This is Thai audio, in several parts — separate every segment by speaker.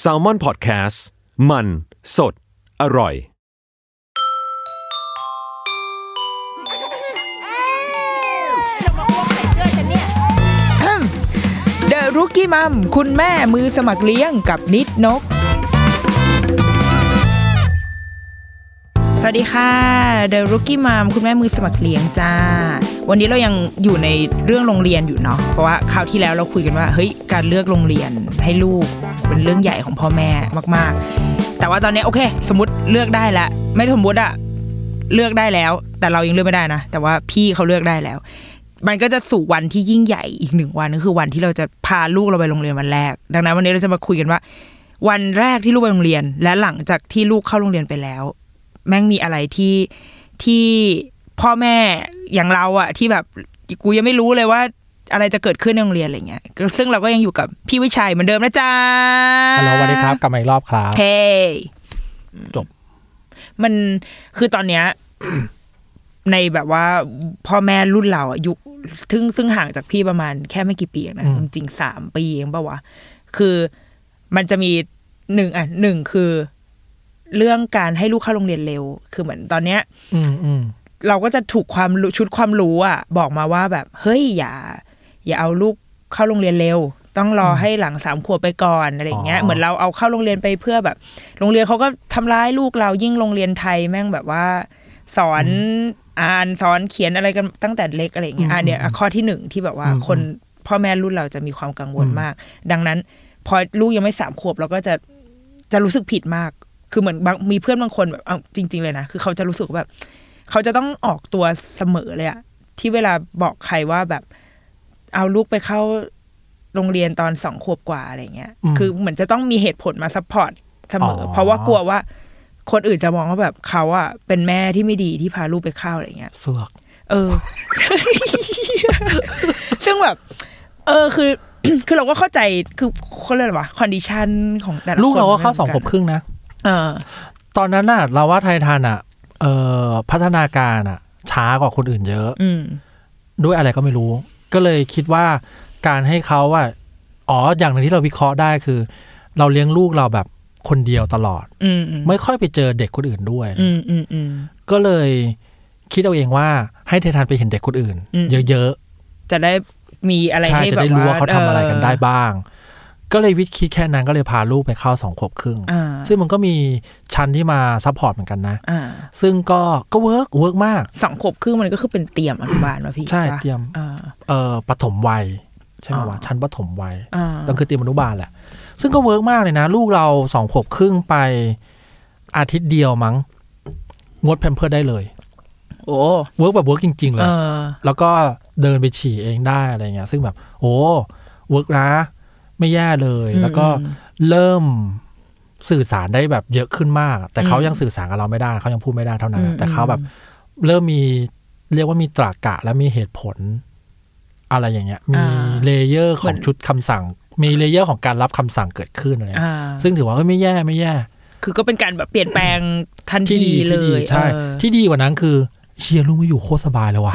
Speaker 1: แซลมอนพอดแคสต์มันสดอร่อย
Speaker 2: เดอะรุกี้มัมคุณแม่มือสมัครเลี้ยงกับนิดนก สวัสดีค่ะเดอะรุกี้มัมคุณแม่มือสมัครเลี้ยงจ้า วันนี้เรายังอยู่ในเรื่องโรงเรียนอยู่เนาะเพราะว่าคราวที่แล้วเราคุยกันว่าเฮ้ยการเลือกโรงเรียนให้ลูกเป็นเรื่องใหญ่ของพ่อแม่มากๆ แต่ว่าตอนนี้โอเค สมมติเลือกได้ละไม่สมมติอะเลือกได้แล้ว แต่เรายังเลือกไม่ได้นะแต่ว่าพี่เขาเลือกได้แล้ว มันก็จะสู่วันที่ยิ่งใหญ่อีกหนึ่งวันก็คือวันที่เราจะพาลูกเราไปโรงเรียนวันแรก ดังนั้นวันนี้เราจะมาคุยกันว่า วันแรกที่ลูกไปโรงเรียน และหลังจากที่ลูกเข้าโรงเรียนไปแล้ว แม่งมีอะไรที่ที่พ่อแม่อย่างเราอะที่แบบกูยังไม่รู้เลยว่า อะไรจะเกิดขึ้นในโรงเรียนอะไรเงี้ยซึ่งเราก็ยังอยู่กับพี่วิชัยเหมือนเดิมนะจ๊ะ
Speaker 3: ฮัลโหลสวัสดีครับกลับมาอีกรอบครับ
Speaker 2: เฮ้
Speaker 3: จบ
Speaker 2: มันคือตอนเนี้ย ในแบบว่าพ่อแม่รุ่นเราอะยุคซึ่งซึ่งห่างจากพี่ประมาณแค่ไม่กี่ปีเองนะ
Speaker 3: อื
Speaker 2: จ
Speaker 3: ม
Speaker 2: ริงๆสามปีเองปะวะคือมันจะมีหนึ่งอ่ะหนึ่งคือ เรื่องการให้ลูกเข้าโรงเรียนเร็ว คือเหมือนตอนเนี้ย
Speaker 3: อืมอืม
Speaker 2: เราก็จะถูกความรู้ชุดความรู้อ่ะ บอกมาว่าแบบ เฮ้ยอย่า อย่าเอาลูกเข้าโรงเรียนเร็ว ต้องรอให้หลังสามขวบไปก่อนอะไรอย่างเงี้ยเหมือนเราเอาเข้าโรงเรียนไปเพื่อแบบ โรงเรียนเขาก็ทำร้ายลูกเรายิ่งโรงเรียนไทยแม่งแบบว่า สอนอ่านสอนเขียนอะไรกันตั้งแต่เล็กอะไรอย่างเงี้ยอ่ะเนี่ยอ่ะข้อที่หนึ่งที่แบบว่าคนพ่อแม่รุ่นเราจะมีความกังวลมาก ดังนั้น พอลูกยังไม่สามขวบเราก็จะจะรู้สึกผิดมาก คือเหมือนบางมีเพื่อนบางคนแบบเอาจริง ๆ เลยนะคือเขาจะรู้สึกว่าแบบ เขาจะต้องออกตัวเสมอเลยอะที่เวลาบอกใครว่าแบบ เอาลูกไปเข้าโรงเรียนตอนสองขวบกว่าอะไรเงี้ย คือเหมือนจะต้องมีเหตุผลมาซัพพอร์ตเสมออเพราะว่ากลัวว่า คนอื่นจะมองว่าแบบเขาอะเป็นแม่ที่ไม่ดีที่พาลูกไปเข้าอะไรเงี้ย
Speaker 3: เสือก
Speaker 2: เออ ซึ่งแบบ เออคือ คือเราก็เข้าใจคือเขาเรียกอะไรวะคอนดิชันของแต่ละ
Speaker 3: ลูกเราก็เข้า
Speaker 2: คน
Speaker 3: สองขวบครึ่งนะ
Speaker 2: เออ
Speaker 3: ตอนนั้นน่ะ เราว่าไททันอ่ะเอ่อพัฒนาการอ่ะ ช้ากว่าคนอื่นเยอะ
Speaker 2: อืม
Speaker 3: ด้วยอะไรก็ไม่รู้ ก็เลยคิดว่าการให้เขาอ่ะอ๋ออย่างหนึ่งที่เราวิเคราะห์ได้คือ เราเลี้ยงลูกเราแบบคนเดียวตลอด
Speaker 2: อืมอืม
Speaker 3: ไม่ค่อยไปเจอเด็กคนอื่นด้วย
Speaker 2: อืมอืมอืม
Speaker 3: ก็เลยคิดเอาเองว่าให้ไททันไปเห็นเด็กคนอื่น
Speaker 2: อืม
Speaker 3: เยอะๆ
Speaker 2: จะได้มีอะไร
Speaker 3: ใช่
Speaker 2: ให้
Speaker 3: จะ
Speaker 2: แบบ
Speaker 3: ได้รู้ว่าเขาทำอะไรกันได้
Speaker 2: เ
Speaker 3: บ้าง ก็เลยวิคิดแค่นั้นก็เลยพาลูกไปเข้าสองขวบครึ่ง
Speaker 2: อ่า
Speaker 3: ซึ่งมันก็มีชั้นที่มาซัพพอร์ตเหมือนกันนะ
Speaker 2: อ่า
Speaker 3: ซึ่งก็ก็เวิร์กเวิร์กมาก
Speaker 2: สองขวบครึ่งมันก็คือเป็นเตรียมอนุบาลวะพี่
Speaker 3: ใช่
Speaker 2: ปะ
Speaker 3: เตรียม
Speaker 2: อ่า
Speaker 3: เอ่อปฐมวัย ใช่ไหม
Speaker 2: อ่า
Speaker 3: วะชั้นปฐมวัย
Speaker 2: อ่า
Speaker 3: ต้องคือเตรียมอนุบาลแหละ ซึ่งก็เวิร์กมากเลยนะ ลูกเราสองขวบครึ่งไปอาทิตย์เดียวมั้งงดแพมเพิร์ได้เลย
Speaker 2: โอ้
Speaker 3: เวิร์กแบบเวิร์กจริง ๆ เล
Speaker 2: เอย อ
Speaker 3: แล้วก็เดินไปฉี่เองได้อะไรเงี้ย ซึ่งแบบโอ้เวิร์กนะ ไม่แย่เลย
Speaker 2: อืม
Speaker 3: แล้วก็เริ่มสื่อสารได้แบบเยอะขึ้นมาก แต่เขา
Speaker 2: อืม
Speaker 3: ยังสื่อสารกับเราไม่ได้เขายังพูดไม่ได้เท่านั้น
Speaker 2: อืม
Speaker 3: นะแต่เขาแบบ เริ่มมีเรียกว่ามีตรากะและมีเหตุผล อะไรอย่างเงี้ย มี
Speaker 2: อ่า
Speaker 3: เลเยอร์ข
Speaker 2: เหมื
Speaker 3: อ
Speaker 2: อง น
Speaker 3: ชุดคำสั่ง มีเลเยอร์ของการรับคำสั่งเกิดขึ้นอะไรเงี้ย
Speaker 2: อ่า
Speaker 3: ซึ่งถือว่าเอ้ยไม่แย่ไม่แย่
Speaker 2: คือก็เป็นการแบบเปลี่ยนแปลงทัน
Speaker 3: ที่
Speaker 2: ที
Speaker 3: ดี
Speaker 2: เล
Speaker 3: ที่ดี
Speaker 2: ย
Speaker 3: ใช่
Speaker 2: เออ
Speaker 3: ที่ดีกว่านั้นคือ เชียร์ลูกไม่อยู่โคตรสบายเลย ว่ะ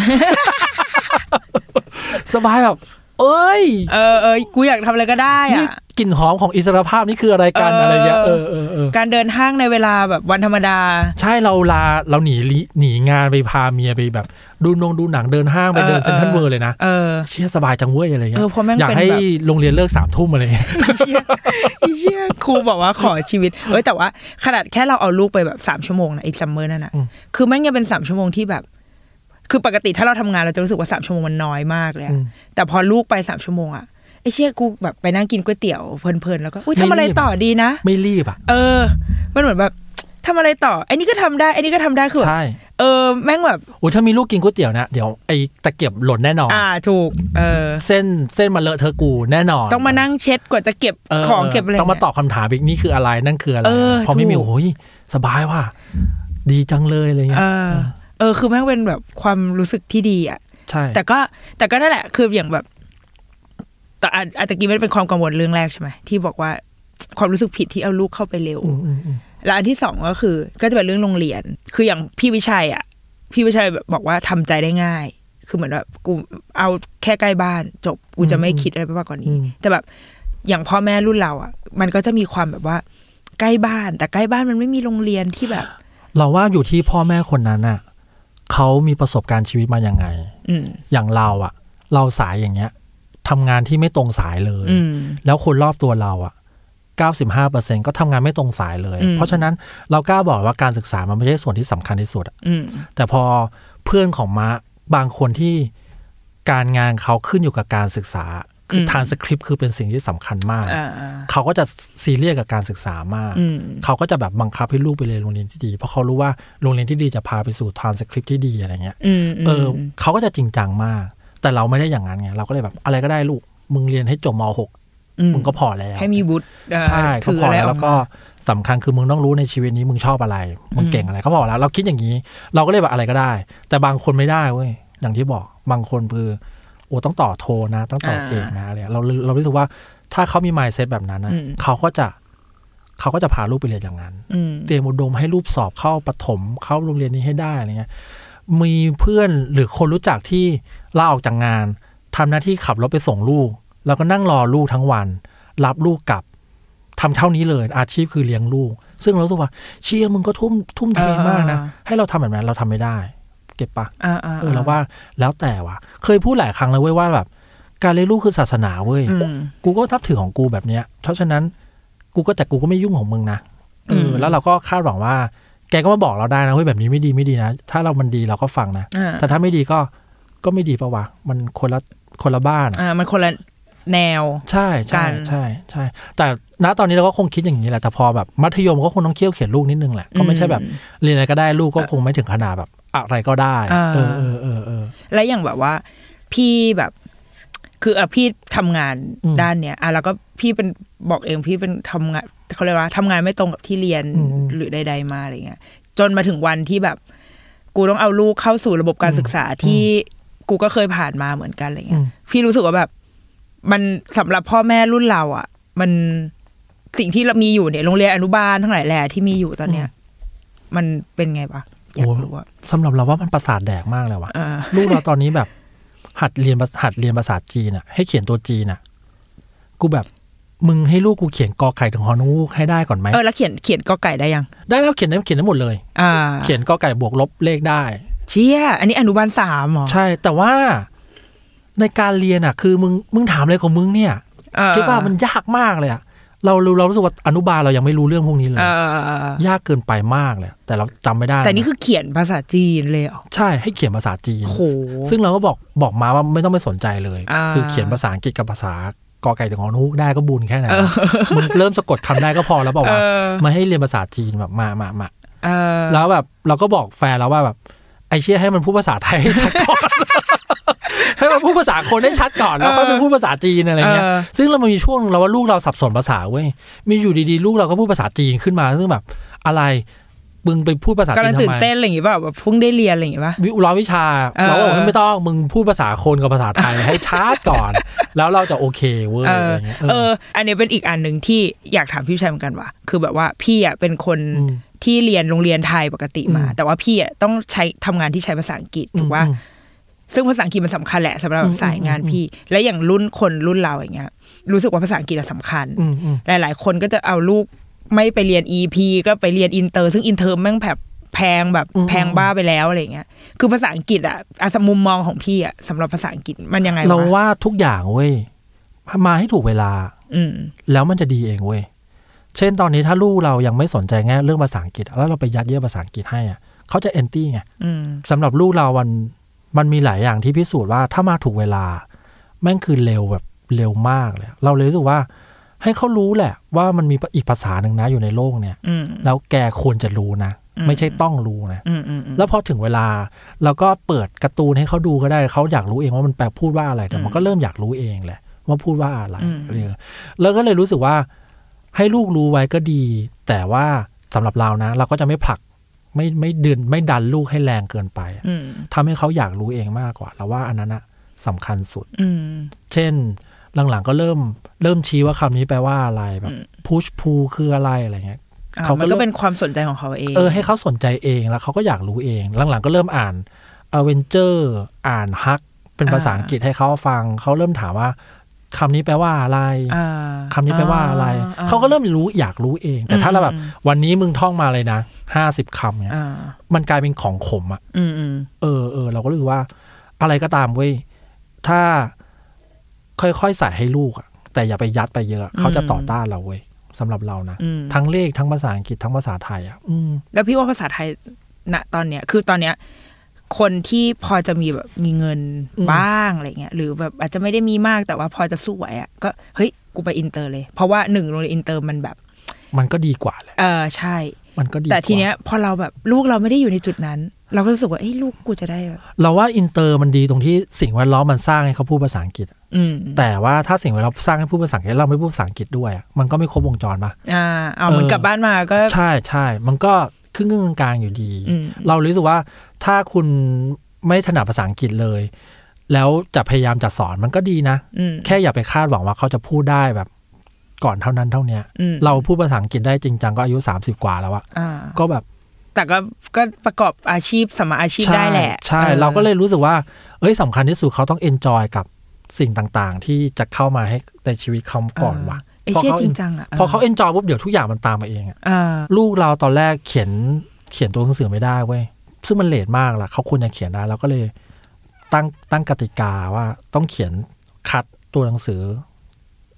Speaker 3: สบายแบบ เอ้ย
Speaker 2: เออเออกูอยากทำอะไรก็ได้
Speaker 3: นี่
Speaker 2: อ่ะ
Speaker 3: กลิ่นหอมของอิสรภาพนี่คืออะไรกัน
Speaker 2: เอออ
Speaker 3: อะไรเงี้ยเออเออเออ
Speaker 2: การเดินห้างในเวลาแบบวันธรรมดา
Speaker 3: ใช่เราลาเราหนีลิหนีงานไปพาเมียไปแบบ ดูนงดูหนังเดินห้างไป
Speaker 2: เออ
Speaker 3: เดินเซ็นทรัล
Speaker 2: เออ
Speaker 3: เวิร์เลยนะ
Speaker 2: เออ
Speaker 3: เชียร์สบายจังเว้ยอะไรเงี้
Speaker 2: เอย อเพราะแม่ง
Speaker 3: อยาก
Speaker 2: เป็น
Speaker 3: ให้
Speaker 2: แบบ
Speaker 3: โรงเรียนเลิกสามทุ่มอะไรเงี้ย
Speaker 2: เชี่ยไอ้เชี่ยครูบอกว่าขอชีวิต เอ้ยแต่ว่าขนาดแค่เราเอาลูกไปแบบสามชั่วโมงนะไอ้ซัมเมอร์นั่นน่ะ
Speaker 3: อืม
Speaker 2: คือแม่งยังเป็นสามชั่วโมงที่แบบ คือปกติถ้าเราทำงานเราจะรู้สึกว่าสามชั่วโมงมันน้อยมากเลยอะแต่พอลูกไปสามชั่วโมงอะไอ้เชี่ยกูแบบไปนั่งกินก๋วยเตี๋ยวเพลินๆแล้วก็อุ้ยทำอะไรต่อดีนะ
Speaker 3: ไม่รีบอ่ะ
Speaker 2: เออ มันเหมือนแบบทำอะไรต่อไอ้นี่ก็ทำได้ไอ้นี่ก็ทำได้คือแบบ
Speaker 3: ใช่
Speaker 2: เออแม่งแบบ
Speaker 3: โอ้ยถ้ามีลูกกินก๋วยเตี๋ยวนะเดี๋ยวไอ้ตะเกียบหล่นแน่นอน
Speaker 2: อ่าถูก เออ
Speaker 3: เส้นเส้นมาเลอะเธอะกูแน่นอน
Speaker 2: ต้องมานั่งเช็ดกว่าจะเก็บ
Speaker 3: เ
Speaker 2: ของเก็บอะไร
Speaker 3: ต้องมา
Speaker 2: เนี่ย
Speaker 3: ตอบคำถามอีกนี่คืออะไรนั่นคืออะไร
Speaker 2: เออ
Speaker 3: พอไม่มี
Speaker 2: ถูก
Speaker 3: โอ้ยสบายว่ะดีจังเลยอะไรเงี้
Speaker 2: เอย อ เออ คือแม่งเป็นแบบความรู้สึกที่ดีอะ
Speaker 3: ใช่
Speaker 2: แต่ก็แต่ก็นั่นแหละคืออย่างแบบแต่อาอาจจะกี้มันเป็นความกังวลเรื่องแรกใช่ไหมที่บอกว่าความรู้สึกผิดที่เอาลูกเข้าไปเร็ว
Speaker 3: อืมอืมอืม
Speaker 2: และอันที่สองก็คือ ก็จะเป็นเรื่องโรงเรียน คืออย่างพี่วิชัยอ่ะ พี่วิชัยแบบบอกว่าทำใจได้ง่าย คือเหมือนแบบกูเอาแค่ใกล้บ้านจบกูจะไม่คิดอะไรไปมากกว่านี้ แต่แบบ อย่างพ่อแม่รุ่นเราอ่ะ มันก็จะมีความแบบว่า ใกล้บ้าน แต่ใกล้บ้านมันไม่มีโรงเรียนที่แบบ
Speaker 3: เราว่าอยู่ที่พ่อแม่คนนั้นน่ะเขามีประสบการณ์ชีวิตมายังไง
Speaker 2: อืม
Speaker 3: อย่างเราอะเราสายอย่างเงี้ยทำงานที่ไม่ตรงสายเลย
Speaker 2: อืม
Speaker 3: แล้วคนรอบตัวเราอะ95%ก็ทำงานไม่ตรงสายเลย
Speaker 2: อืม
Speaker 3: เพราะฉะนั้นเรากล้าบอกว่าการศึกษามันไม่ใช่ส่วนที่สำคัญที่สุดอะ
Speaker 2: อืม
Speaker 3: แต่พอเพื่อนของมะบางคนที่การงานเขาขึ้นอยู่กับการศึกษา คืออ
Speaker 2: ม
Speaker 3: ทานสคริปต์คือเป็นสิ่งที่สำคัญมาก
Speaker 2: อ่าอ่า
Speaker 3: เขาก็จะซีเรียสกับการศึกษามาก
Speaker 2: อืม
Speaker 3: เขาก็จะแบบบังคับให้ลูกไปเรียนโรงเรียนที่ดี เพราะเขารู้ว่าโรงเรียนที่ดีจะพาไปสู่ทานสคริปต์ที่ดีอะไรเงี้ย
Speaker 2: อืมม
Speaker 3: เออเขาก็จะจริงจังมาก แต่เราไม่ได้อย่างนั้นไง เราก็เลยแบบอะไรก็ได้ลูก มึงเรียนให้จบ
Speaker 2: ม
Speaker 3: ม .6 มึงก็พอแล้ว
Speaker 2: ให้มีวุฒิเอ่อ
Speaker 3: ใช่ก็
Speaker 2: ถือ
Speaker 3: พอ
Speaker 2: อะไร
Speaker 3: แล้
Speaker 2: อ
Speaker 3: วแล้
Speaker 2: อก
Speaker 3: วก็
Speaker 2: มา
Speaker 3: สำคัญคือมึงต้องรู้ในชีวิตนี้มึงชอบอะไร มึงเก่งอะไรก็พอแล้ว เราคิดอย่างนี้ เราก็เลยแบบอะไรก็ได้ แต่บางคนไม่ได้เว้ย อย่างที่บอก บางคนคือโอ้ต้องต่อโทนะต้องต่อ
Speaker 2: อ่า
Speaker 3: เอกนะอะไรเงี้ยเราเรารู้สึกว่าถ้าเขามีมายเซตแบบนั้นนะ
Speaker 2: อืม
Speaker 3: เขาก็จะเขาก็จะพาลูกไปเรียนอย่างนั้น
Speaker 2: อืม
Speaker 3: เตรียมอุดมให้รูปสอบเข้าประถมเข้าโรงเรียนนี้ให้ได้อะไรเงี้ย มีเพื่อนหรือคนรู้จักที่ลาออกจากงานทำหน้าที่ขับรถไปส่งลูก แล้วก็นั่งรอลูกทั้งวัน รับลูกกลับทำเท่านี้เลย อาชีพคือเลี้ยงลูก ซึ่งเรารู้สึกว่าเชียร์มึงก็ทุ่มทุ่มเทมากนะ
Speaker 2: อ่า
Speaker 3: ให้เราทำแบบนั้นเราทำไม่ได้ เก็บปะ
Speaker 2: อ่าอ่า
Speaker 3: เออเราว่าแล้วแต่ว่ะ เคยพูดหลายครั้งแล้วเว้ยว่าแบบ การเลี้ยงลูกคือศาสนาเว้ย
Speaker 2: อืม
Speaker 3: กูก็ทับถือของกูแบบเนี้ย เพราะฉะนั้นกูก็แต่กูก็ไม่ยุ่งของมึงนะเออ
Speaker 2: ม
Speaker 3: อแล้วเราก็คาดหวังว่า แกก็มาบอกเราได้นะเฮ้ยแบบนี้ไม่ดีไม่ดีนะ ถ้าเรามันดีเราก็ฟังนะ
Speaker 2: อ่า
Speaker 3: แต่ถ้าไม่ดีก็ก็ไม่ดีปะวะ มันคนละคนละบ้านอะ
Speaker 2: อ่ามันคนละแนว
Speaker 3: ใช่ใช่
Speaker 2: กัน
Speaker 3: ใช่ใช่ แต่ณตอนนี้เราก็คงคิดอย่างนี้แหละ แต่พอแบบมัธยมก็คงต้องเคี่ยวเขียนลูกนิดนึงแหละ ก็ไม่ใช่แบบ
Speaker 2: อื
Speaker 3: เรียนอะไรก็ได้ลูกก็คงไม่ถึงขนาดแบบอะไรก็ได้
Speaker 2: อ่า
Speaker 3: เออเออเออเออ
Speaker 2: และอย่างแบบว่า พี่แบบ คืออ่ะพี่ทำงาน
Speaker 3: อืม
Speaker 2: ด้านเนี้ยอ่ะแล้วก็พี่เป็นบอกเองพี่เป็นทำงานเขาเรียกว่าทำงานไม่ตรงกับที่เรียน
Speaker 3: อืม
Speaker 2: หรือใด ๆ มาอะไรเงี้ย จนมาถึงวันที่แบบ กูต้องเอาลูกเข้าสู่ระบบการ
Speaker 3: อืม
Speaker 2: ศึกษาที่กูก็เคยผ่านมาเหมือนกันอะไรเงี้ย
Speaker 3: อืม
Speaker 2: พี่รู้สึกว่าแบบ มันสำหรับพ่อแม่รุ่นเรา อ่ะ มันสิ่งที่เรามีอยู่เนี่ยโรงเรียนอนุบาลทั้งหลายแหล่ที่มีอยู่ตอนเนี้ย มันเป็นไงวะอยากรู้ว่า
Speaker 3: สำหรับเราว่ามันประสาทแดกมากเลยว่ะ
Speaker 2: อ่า
Speaker 3: ลูกเราตอนนี้แบบ หัดเรียนภาษาหัดเรียนภาษาจีนอ่ะ ให้เขียนตัวจีนอ่ะ กูแบบมึงให้ลูกกูเขียนกอไก่ถึงฮอนูกให้ได้ก่อนไหม
Speaker 2: เออแล้วเขียนเขียนกอไก่ได้ยัง
Speaker 3: ได้แล้วเขียนได้เขียนได้หมดเลย
Speaker 2: อ่า
Speaker 3: เขียนกอไก่บวกลบเลขได้
Speaker 2: เชี่ยอันนี้อนุบาลสามเหรอ
Speaker 3: ใช่แต่ว่าในการเรียนอ่ะ คือมึงมึงถามอะไรของมึงเนี่ย
Speaker 2: เออ
Speaker 3: คิดว่ามันยากมากเลยอ่ะเรารู้เรารู้สึกว่าอนุบาลเรายังไม่รู้เรื่องพวกนี้เลย
Speaker 2: เออเออเออเออย
Speaker 3: ากเกินไปมากเลยแต่เราจำไม่ได้
Speaker 2: แต่นี่คือเขียนภาษาจีนเลยเหรอ
Speaker 3: ใช่ให้เขียนภาษาจีน
Speaker 2: โอ้โห
Speaker 3: ซึ่งเราก็บอกบอกมาว่าไม่ต้องไปสนใจเลย
Speaker 2: อ่า
Speaker 3: คือเขียนภาษาอังกฤษกับภาษากอไก่ถึงฮอนูกได้ก็บุญแค่ไหนวะมึงเริ่มสะกดคำได้ก็พอแล้วเปล่า
Speaker 2: เอ
Speaker 3: วะ
Speaker 2: อ
Speaker 3: มาให้เรียนภาษาจีนแบบมามามา
Speaker 2: เออ
Speaker 3: แล้วแบบเราก็บอกแฟนแล้วว่าแบบไอเชี่ยให้มันพูดภาษาไทยให้ชัดก่อน ให้มันพูดภาษาคนได้ชัดก่อนแล้วค่อยไปพูดภาษาจีนอะไรเงี้ย ซึ่งเรามีช่วงเราว่าลูกเราสับสนภาษาเว้ย มีอยู่ดีๆ ลูกเราก็พูดภาษาจีนขึ้นมา ซึ่งแบบอะไรมึงไปพูดภาษาจีน
Speaker 2: กำลัง
Speaker 3: ทำ
Speaker 2: ตื่น
Speaker 3: ไม
Speaker 2: เต้นอะไรอย่างงี้เปล่าแบบเพิ่งได้เรียนอะไรอย่างงี้ป่ะ
Speaker 3: วิร้อยวิชา
Speaker 2: เออ
Speaker 3: เราก็บอกว่าไม่ต้องมึงพูดภาษาคนกับภาษาไทยให้ชัดก่อน แล้วเราจะโอเคเว้ย
Speaker 2: เออ
Speaker 3: อะไรเงี้ย
Speaker 2: เออ อันนี้เป็นอีกอันหนึ่งที่อยากถามพี่ชายเหมือนกันว่ะคือแบบว่าพี่อ่ะเป็นคน
Speaker 3: ม
Speaker 2: ที่เรียนโรงเรียนไทยปกติมา
Speaker 3: อืม
Speaker 2: แต่ว่าพี่อ่ะต้องใช้ทำงานที่ใช้ภาษาอังกฤษถูกว่า
Speaker 3: อืม
Speaker 2: ซึ่งภาษาอังกฤษมันสำคัญแหละสำหรับ
Speaker 3: อืม
Speaker 2: สายงาน
Speaker 3: อืม
Speaker 2: พี่ และอย่างรุ่นคนรุ่นเราอย่างเงี้ย รู้สึกว่าภาษาอังกฤษอะสำคัญ
Speaker 3: อืมอืม
Speaker 2: หลาย ๆ คนก็จะเอาลูกไม่ไปเรียน EP ก็ไปเรียนอินเตอร์ ซึ่งอินเตอร์แม่งแบบแพงแบบแพงบ้าไปแล้วอะไรเงี้ย คือภาษาอังกฤษอะอาสมมุมมองของพี่อะสำหรับภาษาอังกฤษมันยังไงวะ
Speaker 3: เราว่าทุกอย่างเว้ยมาให้ถูกเวลา
Speaker 2: อืม
Speaker 3: แล้วมันจะดีเองเว้ย เช่นตอนนี้ถ้าลูกเรายังไม่สนใจแง่เรื่องภาษาอังกฤษ แล้วเราไปยัดเยียดภาษาอังกฤษให้อะเขาจะ anti ไง
Speaker 2: อืม
Speaker 3: สำหรับลูกเรามันมันมีหลายอย่างที่พิสูจน์ว่าถ้ามาถูกเวลา แม่งคือเร็วแบบเร็วมากเลย เราเลยรู้สึกว่า ให้เขารู้แหละ ว่ามันมีอีกภาษาหนึ่งนะอยู่ในโลกเนี่ย
Speaker 2: อืม
Speaker 3: แล้วแกควรจะรู้นะ
Speaker 2: อืม
Speaker 3: ไม่ใช่ต้องรู้นะ
Speaker 2: อืมอืมอืม
Speaker 3: แล้วพอถึงเวลาเราก็เปิดการ์ตูนให้เขาดูก็ได้เขาอยากรู้เองว่ามันแปลพูดว่าอะไรแต่มันก็เริ่มอยากรู้เองแหละ ว่าพูดว่าอะไร
Speaker 2: อืม
Speaker 3: เออแล้วก็เลยรู้สึกว่า ให้ลูกรู้ไว้ก็ดี แต่ว่าสำหรับเรานะ เราก็จะไม่ผลักไม่ไม่ดึนไม่ดันลูกให้แรงเกินไป
Speaker 2: อืม
Speaker 3: ทำให้เขาอยากรู้เองมากกว่าเราว่าอันนั้นนะสำคัญสุด
Speaker 2: อืม
Speaker 3: เช่น หลังๆก็เริ่มเริ่มชี้ว่าคำนี้แปลว่าอะไรแบบ
Speaker 2: อืม
Speaker 3: พุชพูคืออะไรอะไรเงี้ย
Speaker 2: อ่า
Speaker 3: เขาก็
Speaker 2: มันก็เป็นความสนใจของเขาเอง
Speaker 3: เออให้เขาสนใจเองแล้วเขาก็อยากรู้เอง หลังๆก็เริ่มอ่านอเวนเจอร์อ่านฮัก เป็นภาษาอังกฤษให้เขาฟังเขาเริ่มถามว่า คำนี้แปลว่าอะไร
Speaker 2: อ่า
Speaker 3: คำนี้แปลว่าอะไร
Speaker 2: อ่
Speaker 3: เขาก็เริ่มรู้อยากรู้เอง แต่ถ้าเราแบบ
Speaker 2: อืม
Speaker 3: วันนี้มึงท่องมาเลยนะห้าสิบคำเนี่ย
Speaker 2: อ่า
Speaker 3: มันกลายเป็นของขมอะ
Speaker 2: อืมอืม
Speaker 3: เออเออเราก็รู้สึกว่า อะไรก็ตามเว้ยถ้าค่อยๆใส่ให้ลูกอะแต่อย่าไปยัดไปเยอะ เขาจะต่อต้านเราเว้ยสำหรับเรานะ
Speaker 2: อืม
Speaker 3: ทั้งเลขทั้งภาษาอังกฤษทั้งภาษาไทยอะอืม
Speaker 2: แล้วพี่ว่าภาษาไทยณตอนเนี้ย คือตอนเนี้ย คนที่พอจะมีแบบมีเงิน
Speaker 3: อืม
Speaker 2: บ้างอะไรเงี้ย หรือแบบอาจจะไม่ได้มีมากแต่ว่าพอจะสู้ไหวอ่ะก็เฮ้ยกูไปอินเตอร์เลย เพราะว่าหนึ่งโรงเรียนอินเตอร์มันแบบ
Speaker 3: มันก็ดีกว่าแหละ
Speaker 2: เออใช่
Speaker 3: มันก็ดีกว่า
Speaker 2: แต่ทีเนี้ย พอเราแบบลูกเราไม่ได้อยู่ในจุดนั้น เราก็รู้สึกว่าเอ้ยลูกกูจะได้แบบ
Speaker 3: เราว่าอินเตอร์มันดีตรงที่สิ่งแวดล้อมมันสร้างให้เขาพูดภาษาอังกฤษ
Speaker 2: อืม
Speaker 3: แต่ว่าถ้าสิ่งแวดล้อมสร้างให้พูดภาษาอังกฤษเราไม่พูดภาษาอังกฤษด้วยอะมันก็ไม่ครบวงจรปะ
Speaker 2: อ่าเอาเหมือน
Speaker 3: เออ
Speaker 2: กลับบ้านมาก็
Speaker 3: ใช่ใช่มันก็ครึ่งๆกลางๆอยู่ดี
Speaker 2: อืม
Speaker 3: เรารู้สึกว่าถ้าคุณไม่ถนัดภาษาอังกฤษเลย แล้วจะพยายามจะสอนมันก็ดีนะ
Speaker 2: อืม
Speaker 3: แค่อย่าไปคาดหวังว่าเขาจะพูดได้แบบ ก่อนเท่านั้นเท่าเนี้ย
Speaker 2: อืม
Speaker 3: เราพูดภาษาอังกฤษได้จริงจังก็อายุ 30 กว่าแล้วอะ
Speaker 2: อ่า
Speaker 3: ก็แบบ
Speaker 2: แต่ก็ก็ประกอบอาชีพสมมาอาชีพได้แหละ
Speaker 3: ใช่
Speaker 2: ออ
Speaker 3: เราก็เลยรู้สึกว่า เอ้ยสำคัญที่สุดเขาต้องเอนจอยกับสิ่งต่างๆ ที่จะเข้ามาให้ในชีวิตเขาก่อนว่ะ
Speaker 2: เอยเชี่ย
Speaker 3: พอเขา
Speaker 2: จริงจังอ่ะ
Speaker 3: พอเขาเอนจอยปุ๊บเดี๋ยวทุกอย่างมันตามมาเองอะ
Speaker 2: เออ
Speaker 3: ลูกเราตอนแรกเขียนเขียนตัวหนังสือไม่ได้เว้ยซึ่งมันเลทมากล่ะเขาควรจะเขียนได้เราก็เลยตั้งตั้งกติกาว่าต้องเขียนคัดตัวหนังสือ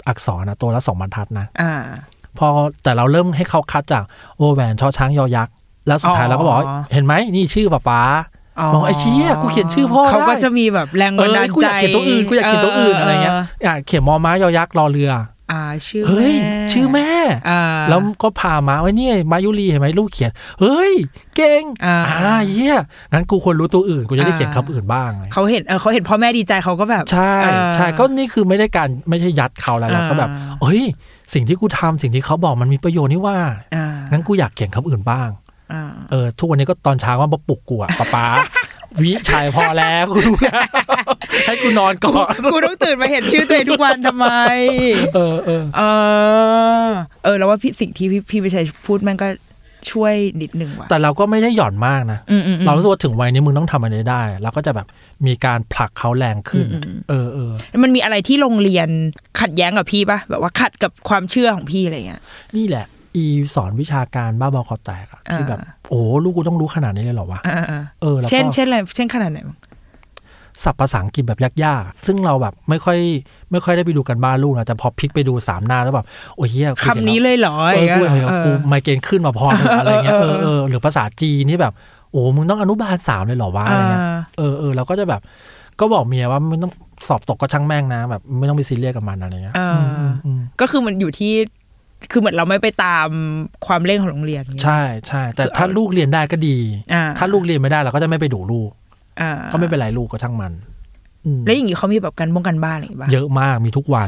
Speaker 3: อักษรนะตัวละสองบรรทัดนะ
Speaker 2: อ่า
Speaker 3: พอแต่เราเริ่มให้เขาคัดจากโอแหวนชอช้างยอยักษ์แล้วสุดท้ายเราก็บอกว่า
Speaker 2: อ๋อ
Speaker 3: เห็นไหมนี่ชื่อป๊าป๊า มองไอ้เชี่ยกูเขียนชื่อพ่อได้
Speaker 2: เขาก็จะมีแบบแรง
Speaker 3: เอ
Speaker 2: บัน
Speaker 3: อ
Speaker 2: ดาล
Speaker 3: กูอ
Speaker 2: ใจ
Speaker 3: ยากเขียนตัวอื่นกูอยากเขียนตัวอื่นอะไรเงี้ยอยากเขียนมอม้ายอยักษ์รอเรือ
Speaker 2: อ่าชื่อ
Speaker 3: เฮ้ย
Speaker 2: แม่
Speaker 3: ชื่อแม่
Speaker 2: อ่า
Speaker 3: แล้วก็พามาไว้เนี่ยมายุรีเห็นไหมลูกเขียน เฮ้ย เก่ง
Speaker 2: อ่า
Speaker 3: เยี่ยงั้นกูควรรู้ตัวอื่น กูจะได้
Speaker 2: อ่า
Speaker 3: เขียนคำอื่นบ้างอะไร
Speaker 2: เขาเห็นเออเขาเห็นพ่อแม่ดีใจเขาก็แบบ
Speaker 3: ใช่
Speaker 2: อ่า
Speaker 3: ใช่ก็นี่คือไม่ได้การไม่ใช่ยัดเขาแล้วเราก็แบบ
Speaker 2: อ่า
Speaker 3: เฮ้ย สิ่งที่กูทำสิ่งที่เขาบอกมันมีประโยชน์นี่ว่า
Speaker 2: อ่า
Speaker 3: งั้นกูอยากเขียนคำอื่นบ้าง
Speaker 2: อ่า
Speaker 3: เออทุกวันนี้ก็ตอนเช้าว่ามาปลุกกูอะป๊าป๊า วิชัยพอแล้วกูรู้แล้ว ให้กูนอนก่อน
Speaker 2: กูต้องตื่นมาเห็นชื่อตัวเองทุกวันทำไม
Speaker 3: เออเออ
Speaker 2: เออ เออ แล้วว่าพี่สิ่งที่พี่พี่วิชัยพูดมันก็ช่วยนิดหนึ่งว่ะ
Speaker 3: แต่เราก็ไม่ได้หย่อนมากนะ
Speaker 2: อืมอืมอืม
Speaker 3: เรารู้สึกว่าถึงวัยนี้มึงต้องทำอะไรได้ แล้วก็จะแบบมีการผลักเขาแรงขึ้น เออเออ
Speaker 2: มันมีอะไรที่โรงเรียนขัดแย้งกับพี่ปะแบบว่าขัดกับความเชื่อของพี่อะไรเงี้ย
Speaker 3: นี่แหละ อีสอนวิชาการบ้าบอคอแตกอะ
Speaker 2: อ่า
Speaker 3: ที่แบบ โอ้โหลูกกูต้องรู้ขนาดนี้เลยเหรอวะ
Speaker 2: อ่าอ่า
Speaker 3: เออแล้ว
Speaker 2: เช่น
Speaker 3: ก็
Speaker 2: เช่นอะไรเช่นขนาดไหนบ้าง
Speaker 3: สับภาษาอังกฤษแบบยากๆอะซึ่งเราแบบไม่ค่อยไม่ค่อยได้ไปดูกันบ้านลูกนะแต่พอพลิกไปดูสามหน้าแล้วแบบ โอ้ยเฮียกู
Speaker 2: คำนี้เลยเหรอ
Speaker 3: เห็นแล้วเออกูเห็นแล้ว
Speaker 2: เออ
Speaker 3: กูไมเกรนขึ้นมาพอเลยอะไรเงี้ย
Speaker 2: เอ
Speaker 3: เอ
Speaker 2: อ
Speaker 3: อ
Speaker 2: เออ
Speaker 3: เออหรือภาษาจีนที่แบบ โอ้มึงต้องอนุบาลสามเลยเหรอวะอะไรเงี้ย
Speaker 2: อ่า
Speaker 3: เออเออเราก็จะแบบ ก็บอกเมียว่าไม่ต้องสอบตกก็ช่างแม่งนะแบบ ไม่ต้องไปซีเรียสกับมันอะไรเงี้ย
Speaker 2: อ่า
Speaker 3: อืมอืมอืม
Speaker 2: ก็คือมันอยู่ที่ คือเหมือนเราไม่ไปตามความเร่งของโรงเรียน
Speaker 3: ใช่ใช่ แต่ถ้าลูกเรียนได้ก็ดี
Speaker 2: อ่า
Speaker 3: ถ้าลูกเรียนไม่ได้เราก็จะไม่ไปดุลูก
Speaker 2: อ่า
Speaker 3: ก็ไม่เป็นไรลูกก็ช่างมันอืม
Speaker 2: แล้วอย่างนี้เขามีแบบการบ้องกันบ้านอะไรอย่างงี้ป่ะ
Speaker 3: เยอะมากมีทุก วัน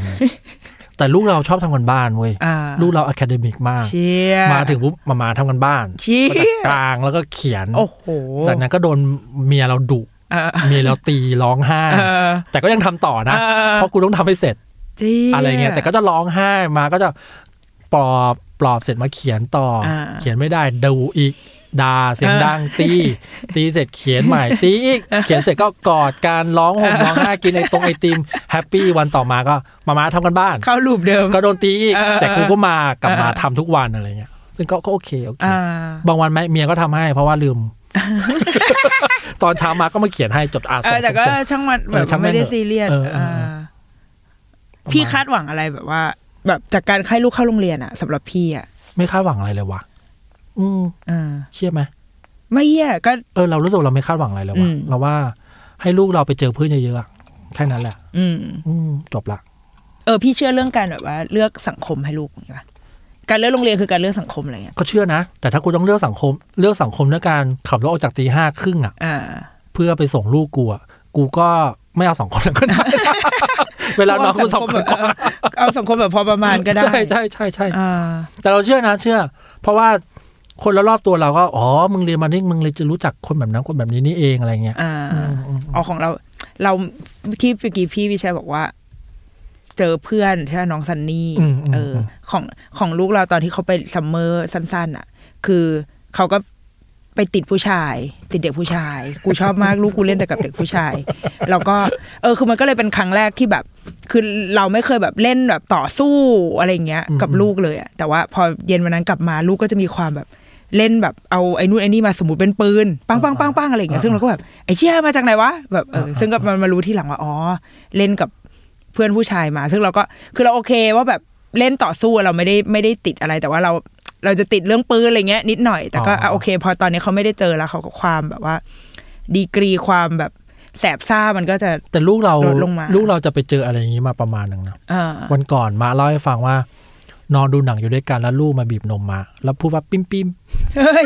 Speaker 3: แต่ลูกเราชอบทำกันบ้านเว้ย
Speaker 2: อ่า
Speaker 3: ลูกเราอะคาเดมิกมาก
Speaker 2: เชีย
Speaker 3: มาถึงปุ๊บมามาทำกันบ้าน
Speaker 2: เชีย
Speaker 3: กลางแล้วก็เขียน
Speaker 2: โอ้โห
Speaker 3: จากนั้นก็โดนเมียเราดุ
Speaker 2: อ่า
Speaker 3: เมียเราตีร้องไห้
Speaker 2: เออ
Speaker 3: แต่ก็ยังทำต่อนะ เพราะกูต้องทำให้เสร็จ
Speaker 2: เชี่ย
Speaker 3: อะไรเงี้ยแต่ก็จะร้องไห้มาก็จะปลอบปลอบเสร็จมาเขียนต่ออา เขียนไม่ได้ดูอีกด่าเสียงดัง ตี ตีเสร็จเขียนใหม่ ตีอีก เขียนเสร็จก็กอดการร้องห่ มร้องไห้กินไอตรงไอติมแฮปปี้วันต่อมาก็มามาทำกัน บ้าน
Speaker 2: เข้ารูปเดิม
Speaker 3: ก็โดนตี อีก
Speaker 2: เออ
Speaker 3: แต่กูก็มากลับมาทำทุกวันอะไรเงี้ยซึ่งก็ก็โอเคโอเค
Speaker 2: อ่า
Speaker 3: บางวันแม่เมียก็ทำให้เพราะว่าลื ม ตอนเช้ามาก็มาเขียนให้จดอา
Speaker 2: เอ
Speaker 3: ส
Speaker 2: อแต่ก็
Speaker 3: ง
Speaker 2: ช่างมัน
Speaker 3: เออ
Speaker 2: แบบ
Speaker 3: ช่างแม่ง
Speaker 2: ไม่ได้
Speaker 3: เถอะ
Speaker 2: ซีเรียส
Speaker 3: เออเอออ่
Speaker 2: า
Speaker 3: เออ
Speaker 2: พี่คาดหวังอะไรแบบว่า แบบจากการให้ลูกเข้าโรงเรียนอะสำหรับพี่อะ
Speaker 3: ไม่คาดหวังอะไรเลยวะอืม
Speaker 2: อ่า
Speaker 3: เครียดไหม
Speaker 2: ไม่แย่ก็
Speaker 3: เออเรารู้สึกเราไม่คาดหวังอะไรเลย
Speaker 2: อื
Speaker 3: ว่ะ
Speaker 2: ม
Speaker 3: เราว่าให้ลูกเราไปเจอเพื่อนเยอะๆอะแค่นั้นแหละ
Speaker 2: อืม
Speaker 3: อืมจบละ
Speaker 2: เออพี่เชื่อเรื่องการแบบว่าเลือกสังคมให้ลูกใช่ปะการเลือกโรงเรียนคือการเลือกสังคมอะไรเงี้ย
Speaker 3: ก็เชื่อนะ แต่ถ้ากูต้องเลือกสังคม เลือกสังคมด้วยการขับรถออกจากตีห้าครึ่งอ่ะ
Speaker 2: อ่า
Speaker 3: เพื่อไปส่งลูกกูอ่ะกูก็ไม่เอาสองคนนั้นก็ ได้ เวลานอนกูสองคน
Speaker 2: เอ
Speaker 3: ก่อน
Speaker 2: อเอาสังคมแบบพอประมาณก็ได้
Speaker 3: ใช่ใช่ใช่ใช่
Speaker 2: อ่า
Speaker 3: แต่เราเชื่อนะ เชื่อ เพราะว่าคนรอบๆตัวเราก็อ๋อมึงเรียนมานี่มึงเลยจะรู้จักคนแบบนั้นคนแบบนี้นี่เองอะไรเงี้ย
Speaker 2: อ่า
Speaker 3: อืมอืม
Speaker 2: เอาของเรา เราที่เมื่อกี้พี่วิชัยบอกว่า เจอเพื่อนใช่ไหมน้องซันนี่
Speaker 3: อืมอืม
Speaker 2: เอออ ของของลูกเราตอนที่เขาไปซัมเมอร์สั้น ๆอ่ะ คือเขาก็ ไปติดผู้ชาย ติดเด็กผู้ชาย กูชอบมากลูกกูเล่นแต่กับเด็กผู้ชายแล้วก็เออคือมันก็เลยเป็นครั้งแรกที่แบบ คือเราไม่เคยแบบเล่นแบบต่อสู้อะไรอย่างเงี้ย กับลูกเลยอะแต่ว่าพอเย็นวันนั้นกลับมาลูกก็จะมีความแบบเล่นแบบเอาไอ้นู่นไอ้นี่มาสมมติเป็นปืนปังปังปังปังอะไรอย่างเงี้ยซึ่งเราก็แบบไอ้เชี่ยมาจากไหนวะแบบเออซึ่งก็มันมารู้ที่หลังว่าอ๋อเล่นกับ เพื่อนผู้ชายมา ซึ่งเราก็คือเราโอเคว่าแบบเล่นต่อสู้เราไม่ได้ไม่ได้ติดอะไร แต่ว่าเราเราจะติดเรื่องปืนอะไรเงี้ยนิดหน่อย แต่
Speaker 3: อ๋ออ่
Speaker 2: ก็ะโอเค พอตอนนี้เขาไม่ได้เจอแล้วเขาก็ความแบบว่า ดีกรีความแบบแสบซ่ามันก็จะ
Speaker 3: แต่ลูกเรา
Speaker 2: ลดลงมา
Speaker 3: ลูกเราจะไปเจออะไรอย่างนี้มาประมาณหนึ่งนะ
Speaker 2: เอ่อ
Speaker 3: วันก่อนมาเล่าให้ฟังว่านอนดูหนังอยู่ด้วยกันแล้วลูกมาบีบนมมา แล้วพูดว่าปิ้มปิ้ม
Speaker 2: เฮ้ย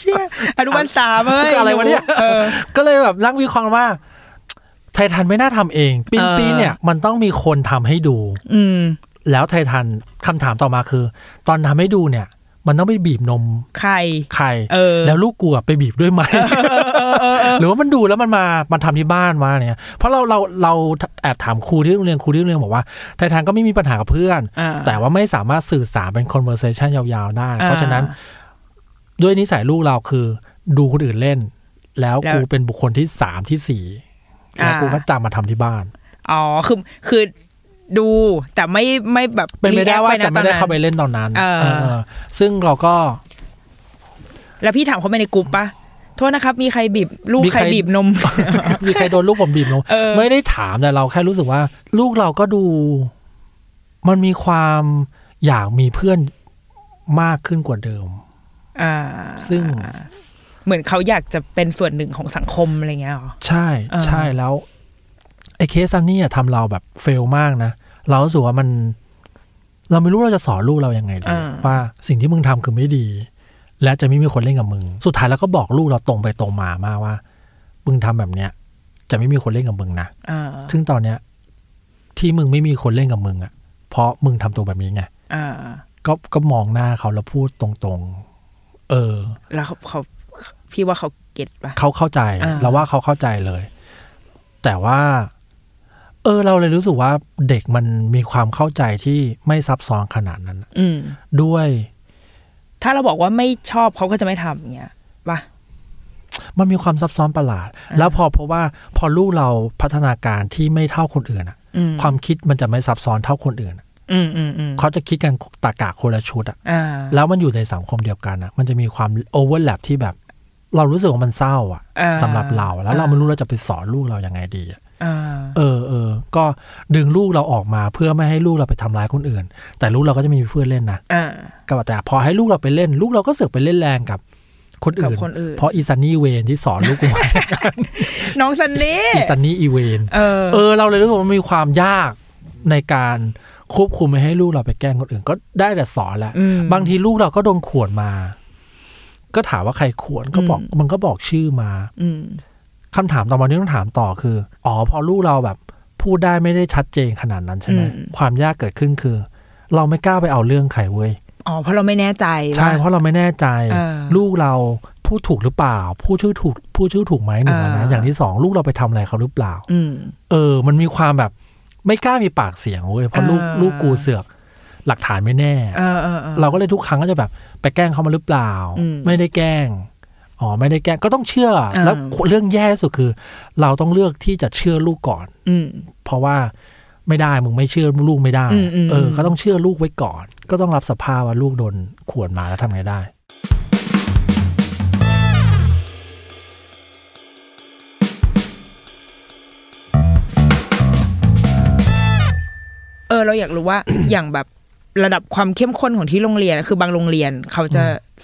Speaker 2: เชี่ยอนุบาลสามเอ้ย
Speaker 3: อะไรวะเนี่ย
Speaker 2: เออ
Speaker 3: ก็เลยแบบนั่งวิเคราะห์ว่าไททันไม่น่าทำเอง ปิ้ม
Speaker 2: เออ
Speaker 3: ปิ้มเนี่ยมันต้องมีคนทำให้ดู
Speaker 2: อืม
Speaker 3: แล้วไททันคำถามต่อมาคือ ตอนทำให้ดูเนี่ย มันต้องไปบีบนม
Speaker 2: ใคร
Speaker 3: ใคร
Speaker 2: เออ
Speaker 3: แล้วลูกกูอะไปบีบด้วยไหม หรือว่ามันดูแล้วมันมามันทำที่บ้านมาเนี่ย เพราะเราเราเราแอบถามครูที่โรงเรียนครูที่โรงเรียนบอกว่าไททันก็ไม่มีปัญหากับเพื่อน
Speaker 2: อ่า
Speaker 3: แต่ว่าไม่สามารถสื่อสารเป็น conversation ยาวๆ ได้
Speaker 2: อ่า
Speaker 3: เพราะฉะนั้นด้วยนิสัยลูกเราคือ ดูคนอื่นเล่น แล้ว
Speaker 2: แล้ว
Speaker 3: กูเป็นบุคคลที่สามที่สี่แล้ว
Speaker 2: อ่ากู
Speaker 3: กูก็จำมาทำที่บ้าน
Speaker 2: อ๋อคือคือดูแต่ไม่ไม่แบบ
Speaker 3: เป็นไปได้ว่าจะไม่ได้เข้าไป
Speaker 2: รีแอคนะตอนนั้น
Speaker 3: เล่นตอนนั้น
Speaker 2: เออ
Speaker 3: เออซึ่งเราก็
Speaker 2: แล้วพี่ถามเขาไปในกลุ่มปะโทษนะครับ มีใครบีบลูกใครบีบน ม
Speaker 3: มีใครโดนลูกผมบีบนม
Speaker 2: เออ
Speaker 3: ไม่ได้ถามแต่เราแค่รู้สึกว่า ลูกเราก็ดู มันมีความอยากมีเพื่อนมากขึ้นกว่าเดิม
Speaker 2: อ่า
Speaker 3: ซึ่ง
Speaker 2: เหมือนเขาอยากจะเป็นส่วนหนึ่งของสังคมอะไรเงี้ยเหรอ
Speaker 3: ใช่
Speaker 2: อ่า
Speaker 3: ใช่แล้วไอ้เคสซันนี่อะทำเราแบบเฟลมากนะ เรารู้สึกว่ามัน เราไม่รู้เราจะสอนลูกเรายังไงดีว่าสิ่งที่มึงทำคือไม่ดี และจะไม่มีคนเล่นกับมึง สุดท้ายแล้วก็บอกลูกเราตรงไปตรงมามากว่ามึงทำแบบเนี้ย จะไม่มีคนเล่นกับมึงนะ
Speaker 2: อ่า
Speaker 3: ซึ่งตอนเนี้ย ที่มึงไม่มีคนเล่นกับมึงอะเพราะมึงทำตัวแบบนี้ไง
Speaker 2: อ่า
Speaker 3: ก็ก็มองหน้าเขาแล้วพูดตรงๆ เออ
Speaker 2: แล้วเขาเขาพี่ว่าเขาเก็ตปะ
Speaker 3: เขาเข้าใจ
Speaker 2: อ่า
Speaker 3: เราว่าเขาเข้าใจเลย แต่ว่า เออ เราเลยรู้สึกว่าเด็กมันมีความเข้าใจที่ไม่ซับซ้อนขนาดนั้น
Speaker 2: อืม
Speaker 3: ด้วย
Speaker 2: ถ้าเราบอกว่าไม่ชอบเขาก็จะไม่ทำอย่างเงี้ยปะ
Speaker 3: มันมีความซับซ้อนประหลาด แล้วพอเพราะว่าพอลูกเราพัฒนาการที่ไม่เท่าคนอื่นอะ
Speaker 2: อืม
Speaker 3: ความคิดมันจะไม่ซับซ้อนเท่าคนอื่นอะ
Speaker 2: อืมอืมอืม
Speaker 3: เขาจะคิดกันตากาคนละชุดอะ
Speaker 2: อ่า
Speaker 3: แล้วมันอยู่ในสังคมเดียวกันอะมันจะมีความโอเวอร์แลปที่แบบ เรารู้สึกว่ามันเศร้าอะ
Speaker 2: อ่า
Speaker 3: สำหรับเรา แล้วเราไม่รู้เราจะไปสอนลูกเรายังไงดีอะ
Speaker 2: อ่า
Speaker 3: เออเออ ก็ดึงลูกเราออกมาเพื่อไม่ให้ลูกเราไปทำร้ายคนอื่น แต่ลูกเราก็จะมีเพื่อนเล่นนะ
Speaker 2: อ่า
Speaker 3: ก็แต่พอให้ลูกเราไปเล่น ลูกเราก็เสือกไปเล่นแรงกับคน
Speaker 2: กับ
Speaker 3: อื่น
Speaker 2: คนอื่น
Speaker 3: เพราะอีซันนี่เวนที่สอนลูกกู ไว้
Speaker 2: น้องซันนี่
Speaker 3: อีซันนี่อีเวน
Speaker 2: เออ
Speaker 3: เออ เราเลยรู้สึกว่ามันมีความยากในการควบคุมไม่ให้ลูกเราไปแกล้งคนอื่น ก็ได้แต่สอนแหละ
Speaker 2: ม
Speaker 3: บางทีลูกเราก็โดนขวนมา ก็ถามว่าใครขวนก็บอก
Speaker 2: อืม
Speaker 3: มันก็บอกชื่อมา
Speaker 2: อืม
Speaker 3: คำถามต่อมาที่ต้องถามต่อคือ อ๋อ พอลูกเราแบบพูดได้ไม่ได้ชัดเจนขนาดนั้นใช่ไหม
Speaker 2: อืม
Speaker 3: ความยากเกิดขึ้นคือ เราไม่กล้าไปเอาเรื่องใครเว้ย
Speaker 2: อ๋อเพราะเราไม่แน่ใจ
Speaker 3: ใช่
Speaker 2: ปะ
Speaker 3: เพราะเราไม่แน่ใจ
Speaker 2: เออ
Speaker 3: ลูกเราพูดถูกหรือเปล่า พูดชื่อถูกพูดชื่อถูกไหมหนึ่งแล้วนะ
Speaker 2: เออ
Speaker 3: อ
Speaker 2: อ
Speaker 3: ย่างที่สองลูกเราไปทำอะไรเขาหรือเปล่า
Speaker 2: อืม
Speaker 3: เออ มันมีความแบบไม่กล้ามีปากเสียงเว้ยเพราะลูก
Speaker 2: เออ
Speaker 3: ลูกกูเสือกหลักฐานไม่แน่
Speaker 2: เออเออเออ
Speaker 3: เราก็เลยทุกครั้งก็จะแบบ ไปแกล้งเขามาหรือเปล่า
Speaker 2: อืม
Speaker 3: ไม่ได้แกล้งอ๋อไม่ได้แกล้งก็ต้องเชื่ออา แล้วเรื่องแย่ที่สุดคือ เราต้องเลือกที่จะเชื่อลูกก่อน
Speaker 2: อืม
Speaker 3: เพราะว่าไม่ได้มึงไม่เชื่อลูกไม่ได้
Speaker 2: อืมอืม
Speaker 3: เออ ก็ต้องเชื่อลูกไว้ก่อน ก็ต้องรับสภาพว่าลูกโดนขวนมาแล้วทำไงได้
Speaker 2: เออเราอยากรู้ว่า อย่างแบบระดับความเข้มข้นของที่โรงเรียนอะคือบางโรงเรียนเขาจะ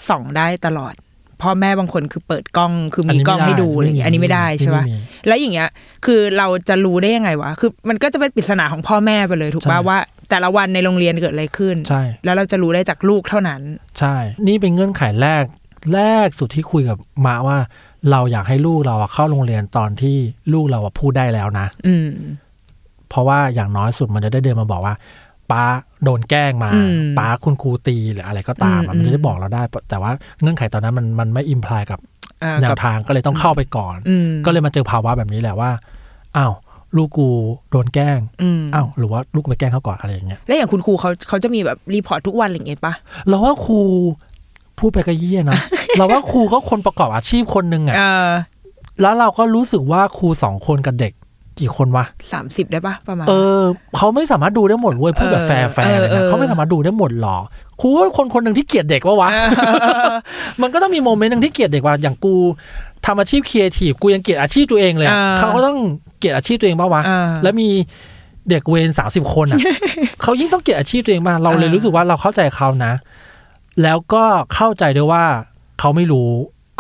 Speaker 2: ส่องได้ตลอดพ่อแม่บางคนคือเปิดกล้องคือมีกล้องให้ดูอะไรอย่างเงี้ยอันนี้ไม่ได้ใช่ปะแล้วอย่างเงี้ย คือเราจะรู้ได้ยังไงวะคือมันก็จะเป็นปริศนาของพ่อแม่ไปเลย ถูกป่ะ
Speaker 3: ใช่
Speaker 2: ว่า แต่ละวันในโรงเรียนเกิดอะไรขึ้น
Speaker 3: ใช่
Speaker 2: แล้วเราจะรู้ได้จากลูกเท่านั้น
Speaker 3: ใช่ นี่เป็นเงื่อนไขแรก แรกสุดที่คุยกับมาว่า เราอยากให้ลูกเราอะเข้าโรงเรียนตอนที่ลูกเราอะพูดได้แล้วนะ
Speaker 2: อืม
Speaker 3: เพราะว่าอย่างน้อยสุดมันจะได้เดินมาบอกว่าป้าโดนแกล้งมา
Speaker 2: อืม
Speaker 3: ป้าคุณครูตีหรืออะไรก็ตามอะ
Speaker 2: อืม
Speaker 3: มันจะได้บอกเราได้ แต่ว่าเงื่อนไขตอนนั้นมันมันไม่อิมพลายกับ
Speaker 2: อ่า
Speaker 3: แน
Speaker 2: กั
Speaker 3: ว
Speaker 2: บ
Speaker 3: ทางก็เลยต้องเข้าไปก่อน
Speaker 2: อืม
Speaker 3: ก็เลยมาเจอภาวะแบบนี้แหละว่าอ้าวลูกกูโดนแกล้ง
Speaker 2: อืม
Speaker 3: อ้าวหรือว่าลูกไปแกล้งเขาก่อนอะไรอย่างเงี้ย
Speaker 2: แล้วอย่างคุณครูเขาเขาจะมีแบบรีพอร์ตทุกวันอะไรอย่างเงี้ยปะ
Speaker 3: เราว่าครู พูดไปก็เยี่ย นะ เราว่าครูก็คนประกอบอาชีพคนหนึ่งอะ
Speaker 2: เออ
Speaker 3: แล้วเราก็รู้สึกว่าครูสองคนกับเด็ก กี่คนวะ
Speaker 2: สามสิบได้ปะประมาณ
Speaker 3: เออเขาไม่สามารถดูได้หมดเว้ยพูดแบบ
Speaker 2: เออ
Speaker 3: แฟร์แฟร์เลย
Speaker 2: เออ
Speaker 3: นะ
Speaker 2: เออ
Speaker 3: เขาไม่สามารถดูได้หมดหรอกครูว่าคนคนหนึ่งที่เกลียดเด็กวะวะ มันก็ต้องมีโมเมนต์หนึ่งที่เกลียดเด็กว่าอย่างกูทำอาชีพครีเอทีฟกูยังเกลียดอาชีพตัวเองเลยอะ
Speaker 2: อ่า
Speaker 3: เขาก็ต้องเกลียดอาชีพตัวเองบ้างวะ
Speaker 2: อ่า
Speaker 3: แล้วมีเด็กเวรสามสิบ คนอ่ะ เขายิ่งต้องเกลียดอาชีพตัวเองมากเราเลย
Speaker 2: อ่ารู้
Speaker 3: รู้สึกว่าเราเข้าใจเขานะ แล้วก็เข้าใจด้วยว่าเขาไม่รู้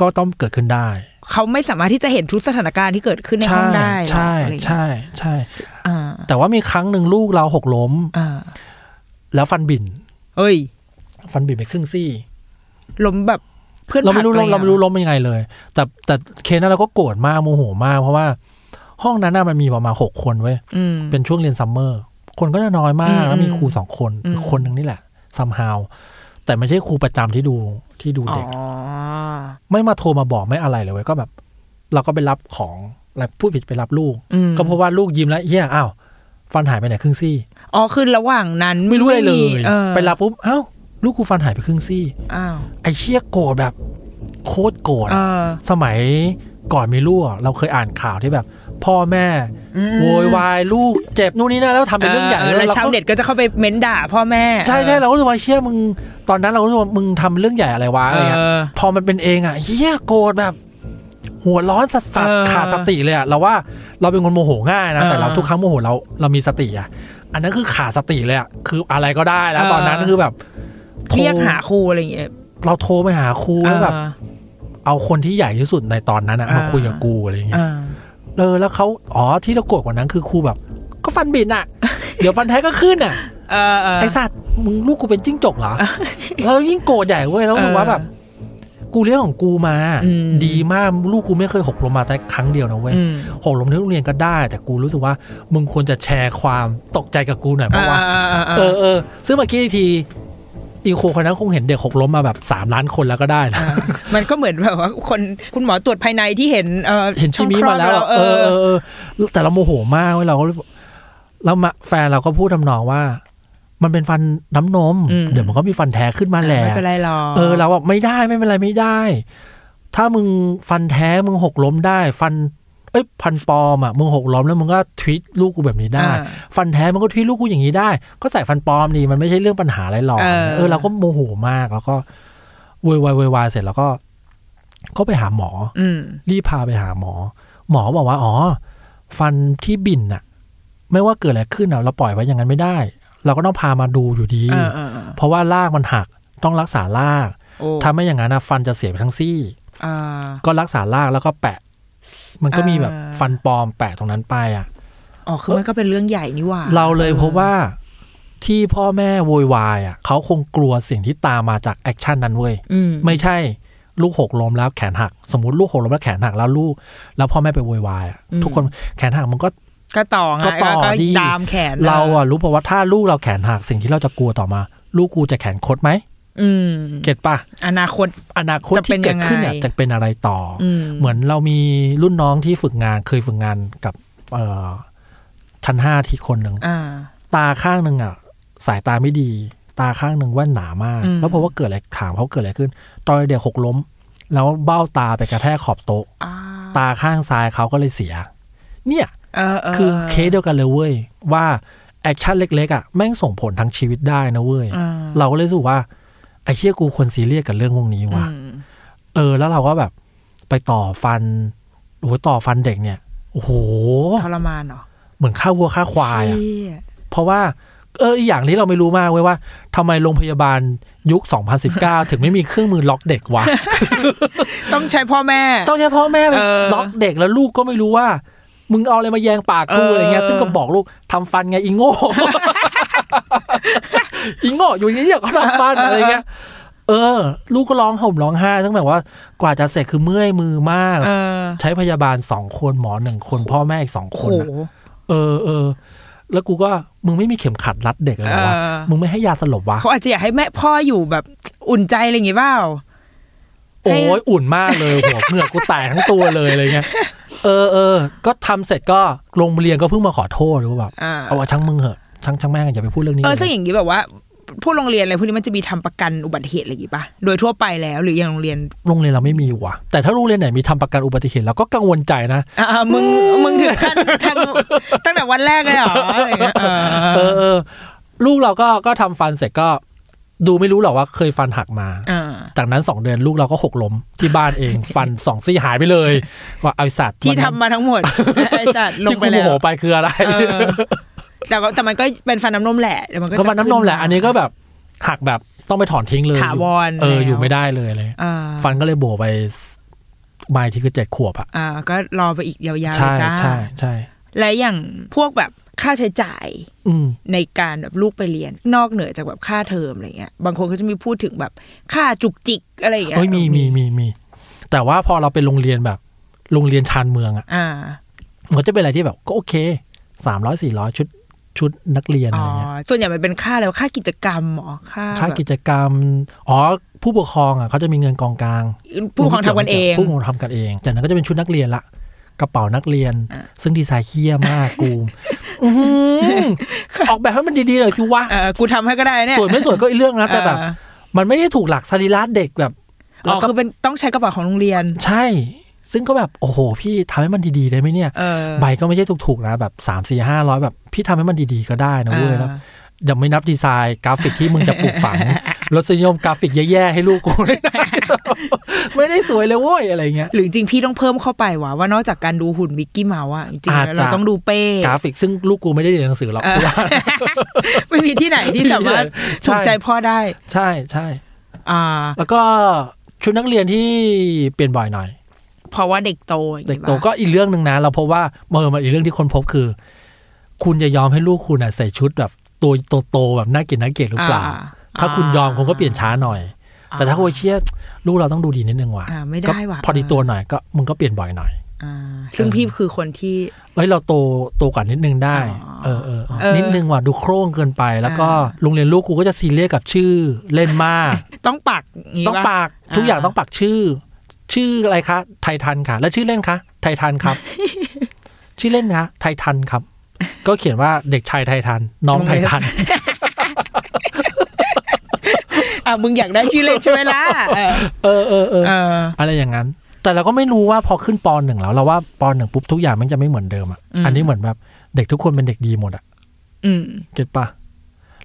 Speaker 3: ก็ต้องเกิดขึ้นได้
Speaker 2: เขาไม่สามารถที่จะเห็นทุกสถานการณ์ที่เกิดขึ้นในห้องได้หรอก
Speaker 3: ใช่
Speaker 2: อะไรอย่างเงี้ย
Speaker 3: ใช่ใช่
Speaker 2: อ่า
Speaker 3: แต่ว่ามีครั้งหนึ่งลูกเราหกล้ม
Speaker 2: อ่า
Speaker 3: แล้วฟันบิ่น
Speaker 2: เอ้ย
Speaker 3: ฟันบิดไปครึ่งซี่
Speaker 2: ล้มแบบเพื่อน
Speaker 3: เราไม่รู้
Speaker 2: ผลัก
Speaker 3: เรา
Speaker 2: ลยอะ
Speaker 3: เราไม่รู้ล้มยังไงเลย แต่แต่เคสนั้นเราก็โกรธมากโมโหมาก เพราะว่าห้องนั้นน่ะมันมีประมาณหกคนเว้ย
Speaker 2: อืม
Speaker 3: เป็นช่วงเรียนซัมเมอร์ คนก็จะน้อยมาก
Speaker 2: อืม
Speaker 3: แล้วมีครูสองคน
Speaker 2: อืม
Speaker 3: อีกคนหนึ่งนี่แหละซัมฮาวแต่ไม่ใช่ครูประจำที่ดูที่ดู
Speaker 2: อ๋อ
Speaker 3: เด็ก ไม่มาโทรมาบอกไม่อะไรเลยเว้ยก็แบบ เราก็ไปรับของแล้วผู้ผิดไปรับลูก
Speaker 2: อืม
Speaker 3: ก็เพราะว่าลูกยิ้มแล้วเหี้ยอ้าวฟันหายไปไหนครึ่งซี่
Speaker 2: อ๋อคือระหว่างนั้น
Speaker 3: ไม่รู้อะไรเลย
Speaker 2: ออ
Speaker 3: ไปรับปุ๊บอ้าวลูกกูฟันหายไปครึ่งซี่
Speaker 2: อ้าว
Speaker 3: ไอ้เชี่ยโกรธแบบโคตรโกรธ
Speaker 2: เออ
Speaker 3: อะสมัยก่อนมีลูกอะเราเคยอ่านข่าวที่แบบ พ่อแม่
Speaker 2: อืม
Speaker 3: โวยวายลูกเจ็บนู่นนี่นั่นแล้วทำเป็นเรื่องใหญ่
Speaker 2: แล้ว
Speaker 3: เรา
Speaker 2: ชาวเน็ตก็จะเข้าไปเม้นด่าพ่อแม่
Speaker 3: ใช่ใช่
Speaker 2: เออ
Speaker 3: เราก็รู้สึกว่าเชี่ยมึงตอนนั้นเราก็รู้สึกว่ามึงทำเรื่องใหญ่อะไรวะอะไรเงี้ย
Speaker 2: เออ
Speaker 3: พอมันเป็นเองอ่ะเฮียโกรธแบบ หัวร้อนสัส
Speaker 2: เออ
Speaker 3: ๆขาดสติเลยอ่ะเราว่าเราเป็นคนโมโหง่ายนะ
Speaker 2: เออ
Speaker 3: แต่เราทุกครั้งโมโหเราเรามีสติอ่ะ อันนั้นคือขาดสติเลยอ่ะคืออะไรก็ได้แล้ว
Speaker 2: เออ
Speaker 3: ตอนนั้นคือแบบโท
Speaker 2: เรียกหาครูอะไรอย่างเงี้ย
Speaker 3: เราโทรไปหาครูแล้วแบบ
Speaker 2: เออ
Speaker 3: เอาคนที่ใหญ่ที่สุดในตอนนั้นอะมา
Speaker 2: เออ
Speaker 3: คุยกับกูอะไร
Speaker 2: เอ
Speaker 3: เงี้ย
Speaker 2: อ
Speaker 3: เออแล้วเขาอ๋อที่เราโกรธกว่านั้นคือครูแบบ ก็ฟันบิน อ่ะ เดี๋ยวฟันแท้ก็ขึ้นอ่ะ
Speaker 2: เออเออ
Speaker 3: ไอสัตว์มึงลูกกูเป็นจิ้งจกเหรอแล้วยิ่งโกรธใหญ่เว้ยแล้วรู้สึกว่าแบบ กูเลี้ยงของกูมา
Speaker 2: อืม
Speaker 3: ดีมากลูกกูไม่เคยหกล้มมาแต่ครั้งเดียวนะเว้ย
Speaker 2: อืม
Speaker 3: หกล้มที่โรงเรียนก็ได้ แต่กูรู้สึกว่า มึงควรจะแชร์ความตกใจกับกูหน่อยเพราะว่า
Speaker 2: เออเออเออเออ
Speaker 3: เออเออซึ่งเมื่อกี้อีกทีอีครูคนนั้นคงเห็นเด็กหกล้มมาแบบสามล้านคนแล้วก็ได้นะ
Speaker 2: มันก็เหมือนแบบว่าคนคุณหมอตรวจภายในที่เห็นเออ
Speaker 3: เห็นชิมีมาแล้ว
Speaker 2: ช่องค
Speaker 3: เอ
Speaker 2: ด
Speaker 3: อ
Speaker 2: เราเออ
Speaker 3: เออเออแต่เราโมโหมากเว้ยเราก็เลยบอกแล้วมาแฟนเราก็พูดทำนองว่า มันเป็นฟันน้ำนม
Speaker 2: อืม
Speaker 3: เดี๋ยวมันก็มีฟันแท้ขึ้นมาแหละ
Speaker 2: ไม่เป็นไรหรอก
Speaker 3: เออเราบอกไม่ได้ไม่เป็นไรไม่ได้ ถ้ามึงฟันแท้มึงหกล้มได้ ฟัน เอ้ยฟันปลอมอ่ะมึงหกล้มแล้วมึงก็ทวิตลูกกูแบบนี้ได้
Speaker 2: อ่า
Speaker 3: ฟันแท้มันก็ทวิตลูกกูอย่างนี้ได้ ก็ใส่ฟันปลอมดีมันไม่ใช่เรื่องปัญหาอะไรหรอก
Speaker 2: เออ
Speaker 3: เออเราก็โมโหมากแล้วก็โวยวายโวยวายเสร็จแล้วก็ ก็ไปหาหมอ
Speaker 2: อืม
Speaker 3: รีบพาไปหาหมอ หมอบอกว่า อ๋อ ฟันที่บินน่ะ ไม่ว่าเกิดอะไรขึ้นน่ะเราปล่อยไว้อย่างนั้นไม่ได้ เราก็ต้องพามาดูอยู่ดี
Speaker 2: เออเออเออ
Speaker 3: เพราะว่าลากมันหักต้องรักษาลาก
Speaker 2: โอ้
Speaker 3: ถ้าไม่อย่างนั้นนะฟันจะเสียไปทั้งซี่
Speaker 2: อ่า
Speaker 3: ก็รักษาลากแล้วก็แปะ มันก็มีแบบ
Speaker 2: อ่า
Speaker 3: ฟันปลอมแปะตรงนั้นไปอ่ะ
Speaker 2: อ๋อคือมันก็เป็นเรื่องใหญ่นี่หว่า
Speaker 3: เราเลยพบว่าที่พ่อแม่โวยวายอ่ะเขาคงกลัวสิ่งที่ตามมาจากแอคชั่นนั้นเว้ย
Speaker 2: อืม
Speaker 3: ไม่ใช่ลูกหกล้มแล้วแขนหัก สมมติลูกหกล้มแล้วแขนหักแล้วลูก แล้วพ่อแม่ไปโวยวายอะทุกคนแขนหักมันก็
Speaker 2: ก็ต่อไง
Speaker 3: ก็ต่อดิ
Speaker 2: ตามแขน
Speaker 3: เราอะรู้ป่าว่าถ้าลูกเราแขนหักสิ่งที่เราจะกลัวต่อมา ลูกกูจะแขนคดไหม
Speaker 2: อืม
Speaker 3: เก็ตปะ
Speaker 2: อนาคต
Speaker 3: อนาคต
Speaker 2: จะเป็
Speaker 3: ที่
Speaker 2: น
Speaker 3: เกิดขึ้น
Speaker 2: ยังไง
Speaker 3: เนี่ยจะเป็นอะไรต่ออ
Speaker 2: อืม
Speaker 3: เหมือนเรามีรุ่นน้องที่ฝึกงานเคยฝึกงานกับเอ่อชั้นห้าที่คนหนึ่ง
Speaker 2: อ่า
Speaker 3: ตาข้างหนึ่งอ่ะสายตาไม่ดี ตาข้างหนึ่งแว่นหนามาก
Speaker 2: อืม
Speaker 3: แล้วเพราะว่าเกิดอะไรถามเขาเกิดอะไรขึ้น ตอนเด็กหกล้ม แล้วเบ้าตาไปกระแทกขอบโต๊ะ
Speaker 2: อ่า
Speaker 3: ตาข้างซ้ายเขาก็เลยเสีย เนี่ย
Speaker 2: เออเออ
Speaker 3: คือเคสเดียวกันเลยเว้ย ว่าแอคชั่นเล็กๆอ่ะแม่งส่งผลทั้งชีวิตได้นะเว้ย
Speaker 2: อ่า
Speaker 3: เราก็เลยรู้สึกว่า ไอ้เชี่ยกูควรซีเรียสกับเรื่องพวกนี้ว่ะ
Speaker 2: อืม
Speaker 3: เออ แล้วเราก็แบบ ไปต่อฟันโอ้โหต่อฟันเด็กเนี่ย โอ้โห
Speaker 2: ทรมานเหรอ
Speaker 3: เหมือนฆ่าวัวฆ่าควายอ่ะ
Speaker 2: เชี่ย
Speaker 3: เพราะว่า เอออีกอย่างที่เราไม่รู้มากเว้ยว่าทำไมโรงพยาบาลยุค 2019 ถึงไม่มีเครื่องมือล็อกเด็กวะ
Speaker 2: ต้องใช้พ่อแม่
Speaker 3: ต้องใช้พ่อแม่ไป
Speaker 2: เออ
Speaker 3: ล็อกเด็กแล้วลูกก็ไม่รู้ว่า มึงเอาอะไรมาแยงปาก
Speaker 2: เอ
Speaker 3: กู
Speaker 2: ออ
Speaker 3: อะไรเงี้ยซึ่งก็บอกลูกทำฟันไงอีโง่ อีโง่อยู่อย่างนี้อยากเขาทำฟันอะไรเงี้ยเออ ลูกก็ร้องห่มร้องไห้ตั้งแบบว่ากว่าจะเสร็จคือเมื่อยมือมาก
Speaker 2: เออ
Speaker 3: ใช้พยาบาลสองคนหมอหนึ่งคนพ่อแม่อีกสอง
Speaker 2: โอ้
Speaker 3: ค
Speaker 2: โห
Speaker 3: นอะเออเออแล้วกูก็มึงไม่มีเข็มขัดรัดเด็กเลยเหรอวะ
Speaker 2: เออ
Speaker 3: มึงไม่ให้ยาสลบวะ
Speaker 2: เขาอาจจะอยากให้แม่พ่ออยู่แบบอุ่นใจอะไรอย่างงี้เปล่า
Speaker 3: โอ้ยอุ่นมากเลยหัว เหงือกกูแตกทั้งตัวเลยอะไรเงี้ยเออเออก็ทำเสร็จก็โรงเรียนก็เพิ่งมาขอโทษหรือว่าแบบ
Speaker 2: อ่า
Speaker 3: เอาว่าช่างมึงเหอะช่างช่างแม่งอย่าไปพูดเรื่องนี้
Speaker 2: เออ
Speaker 3: ลย
Speaker 2: ซึ่งอย่างงี้แบบว่า พวกโรงเรียนอะไรพวกนี้มันจะมีทำประกันอุบัติเหตุอะไรอย่างงี้ปะโดยทั่วไปแล้วหรืออย่างโรงเรียน
Speaker 3: โรงเรียนเราไม่มีว่ะ แต่ถ้าโรงเรียนไหนมีทำประกันอุบัติเหตุเราก็กังวลใจนะ
Speaker 2: อ่าๆมึงมึงถึงขั้นทำตั้งแต่วันแรกเลยเหรออะไรอย่างเงี้ยเอ
Speaker 3: เอ
Speaker 2: อ
Speaker 3: อเออลูกเราก็ก็ทำฟันเสร็จก็ ดูไม่รู้หรอกว่าเคยฟันหักมา
Speaker 2: อ่า
Speaker 3: จากนั้นสองเดือนลูกเราก็หกล้มที่บ้าน เอง ฟันสองซี่หายไปเลยว่าเอาไอ้สัตว์
Speaker 2: ที่
Speaker 3: วัน
Speaker 2: ทำ
Speaker 3: นั้น
Speaker 2: มาทั้งหมด ไอ้สัตว์ลง
Speaker 3: ที่
Speaker 2: ไป
Speaker 3: คุณโม
Speaker 2: แล้ว
Speaker 3: โหไปคืออะไร
Speaker 2: เออแต่ก็แต่มันก็เป็นฟันน้ำนมแหละเดี๋ยวมันก็
Speaker 3: ก็
Speaker 2: จะ
Speaker 3: ฟันน้ำนมแหละ อันนี้ก็แบบหักแบบต้องไปถอนทิ้งเลย
Speaker 2: ถาวร
Speaker 3: เอออยู่
Speaker 2: แล้ว
Speaker 3: ไม่ได้เลยเลย
Speaker 2: อ่า
Speaker 3: ฟันก็เลยโบไปใบที่คือเจ็ดขวบอะ
Speaker 2: อ่า ก็รอไปอีกยาวๆเล
Speaker 3: ใช่
Speaker 2: ยจ้า
Speaker 3: ใช่ใช่
Speaker 2: และอย่างพวกแบบค่าใช้จ่าย
Speaker 3: อืม
Speaker 2: ในการแบบลูกไปเรียนนอกเหนือจากแบบค่าเทอมอะไรเงี้ยบางคนก็จะมีพูดถึงแบบค่าจุกจิกอะไรอย่างเงี้ย
Speaker 3: เอ้ยมีมีมีมี แต่ว่าพอเราเป็นโรงเรียนแบบ โรงเรียนชานเมืองอะ
Speaker 2: อ่า
Speaker 3: มันก็จะเป็นอะไรที่แบบก็โอเคสามร้อยสี่ร้อยชุดชุดนักเรียน
Speaker 2: อ๋อ
Speaker 3: อะไรเงี้ย
Speaker 2: ส่วนใหญ่มันเป็นค่าอะไรวะค่ากิจกรรมเหรอค่า
Speaker 3: ค่า
Speaker 2: แบบ
Speaker 3: กิจกรรม อ๋อ ผู้ปกครองอะเขาจะมีเงินกองกลาง
Speaker 2: ผู้ปกครองทำกันเอง
Speaker 3: ผู้ปกครองทำกันเองจากนั้นก็จะเป็นชุดนักเรียนละกระเป๋านักเรียน
Speaker 2: อ่ะ
Speaker 3: ซึ่งดีไซน์เคี้ยมาก กูมอื้อหือออกแบบให้มันดีๆหน่อยสิวะ
Speaker 2: เออกูทำให้ก็ได้เนี่ย
Speaker 3: สวยไม่สวยก็อีกเรื่องนะแต่แบบ
Speaker 2: เออ
Speaker 3: มันไม่ได้ถูกหลักสรีระเด็กแบบ
Speaker 2: อ๋อคือเป็นต้องใช้กระเป๋าของโรงเรียน
Speaker 3: ใช่ ซึ่งก็แบบ โอ้โห พี่ทำให้มันดี ๆ ได้ไหมเนี่ย
Speaker 2: เออ
Speaker 3: ใบก็ไม่ใช่ถูกๆนะ แบบสามสี่ห้าร้อยแบบ พี่ทำให้มันดี ๆ ก็ได้นะเว้ยแล้ว
Speaker 2: อ่า
Speaker 3: ยังไม่นับดีไซน์กราฟิกที่มึงจะปลูก ฝัง รสนิยมกราฟิกแย่ ๆ ให้ลูกกูได้นะ ไม่ได้สวยเลยเว้ย อะไรเงี้ย
Speaker 2: หรือจริงๆพี่ต้องเพิ่มเข้าไปว่าว่านอกจากการดูหุ่นมิกกี้เมาส์อ่ะจริง
Speaker 3: อาจ
Speaker 2: ๆ
Speaker 3: จะ
Speaker 2: เราต้องดูเป้
Speaker 3: กราฟิกซึ่งลูกกูไม่ได้เรียนหนังสือหรอก
Speaker 2: เออ
Speaker 3: กูว่า
Speaker 2: ไม่มีที่ไหนที่สามารถ
Speaker 3: ใช่
Speaker 2: ถูกใจพ่อได้
Speaker 3: ใช่ใช่
Speaker 2: อ่า
Speaker 3: แล้วก็ชุดนักเรียนที่เปลี่ยนบ่อยหน่อย
Speaker 2: เพราะว่าเด็กโตอย่าง
Speaker 3: เด็
Speaker 2: งี้
Speaker 3: กโต
Speaker 2: ปะ
Speaker 3: ก็อีกเรื่องหนึ่งนะ เราพบว่าเมื่อมันอีกเรื่องที่คนพบคือ คุณจะยอมให้ลูกคุณอ่ะใส่ชุดแบบตัวโตๆแบบน่าเกลียดน่าเกลียดหรือเปล่า
Speaker 2: อ่า
Speaker 3: ถ้าคุณยอมคุณก็เปลี่ยนช้าหน่อย
Speaker 2: อ่า
Speaker 3: แต่ถ้าโอเชียลูกเราต้องดูดีนิดนึงว่ะ
Speaker 2: อ่าไม่ได้
Speaker 3: ก็
Speaker 2: ว่ะ
Speaker 3: พอดีตัวหน่อยก็มึงก็เปลี่ยนบ่อยหน่อย
Speaker 2: อ่าซึ่งพี่คือคนที่
Speaker 3: เอ้ยเราโตโตกว่านิดนึงได้
Speaker 2: อ๋อ
Speaker 3: เออเออเออ
Speaker 2: เออ
Speaker 3: นิดนึงว่ะดูโครงเกินไป แล้วก็
Speaker 2: อ่
Speaker 3: โรงเรียนลูกกูก็จะซีเรียสกับชื่อเล่นมาก
Speaker 2: ต้องปักงี้
Speaker 3: ต้อง
Speaker 2: ปะ
Speaker 3: ปากทุก
Speaker 2: อ่า
Speaker 3: อย่างต้องปักชื่อ ชื่ออะไรคะ ไททันค่ะ แล้วชื่อเล่นคะ ไททัน ครับ ชื่อเล่นคะไททันครับ ก็เขียนว่าเด็กชายไททัน น้องไททัน
Speaker 2: อ่ะมึงอยากได้ชื่อเล่นใช่ไหม ล่ะเออ
Speaker 3: เออเออเออ
Speaker 2: เออ
Speaker 3: อะไรอย่างนั้น แต่เราก็ไม่รู้ว่าพอขึ้นปหนึ่งแล้วเราว่าปหนึ่งปุ๊บทุกอย่างมันจะไม่เหมือนเดิมอ่ะ
Speaker 2: อืม
Speaker 3: อันนี้เหมือนแบบเด็กทุกคนเป็นเด็กดีหมดอ่ะ
Speaker 2: อืม
Speaker 3: เก็ตปะ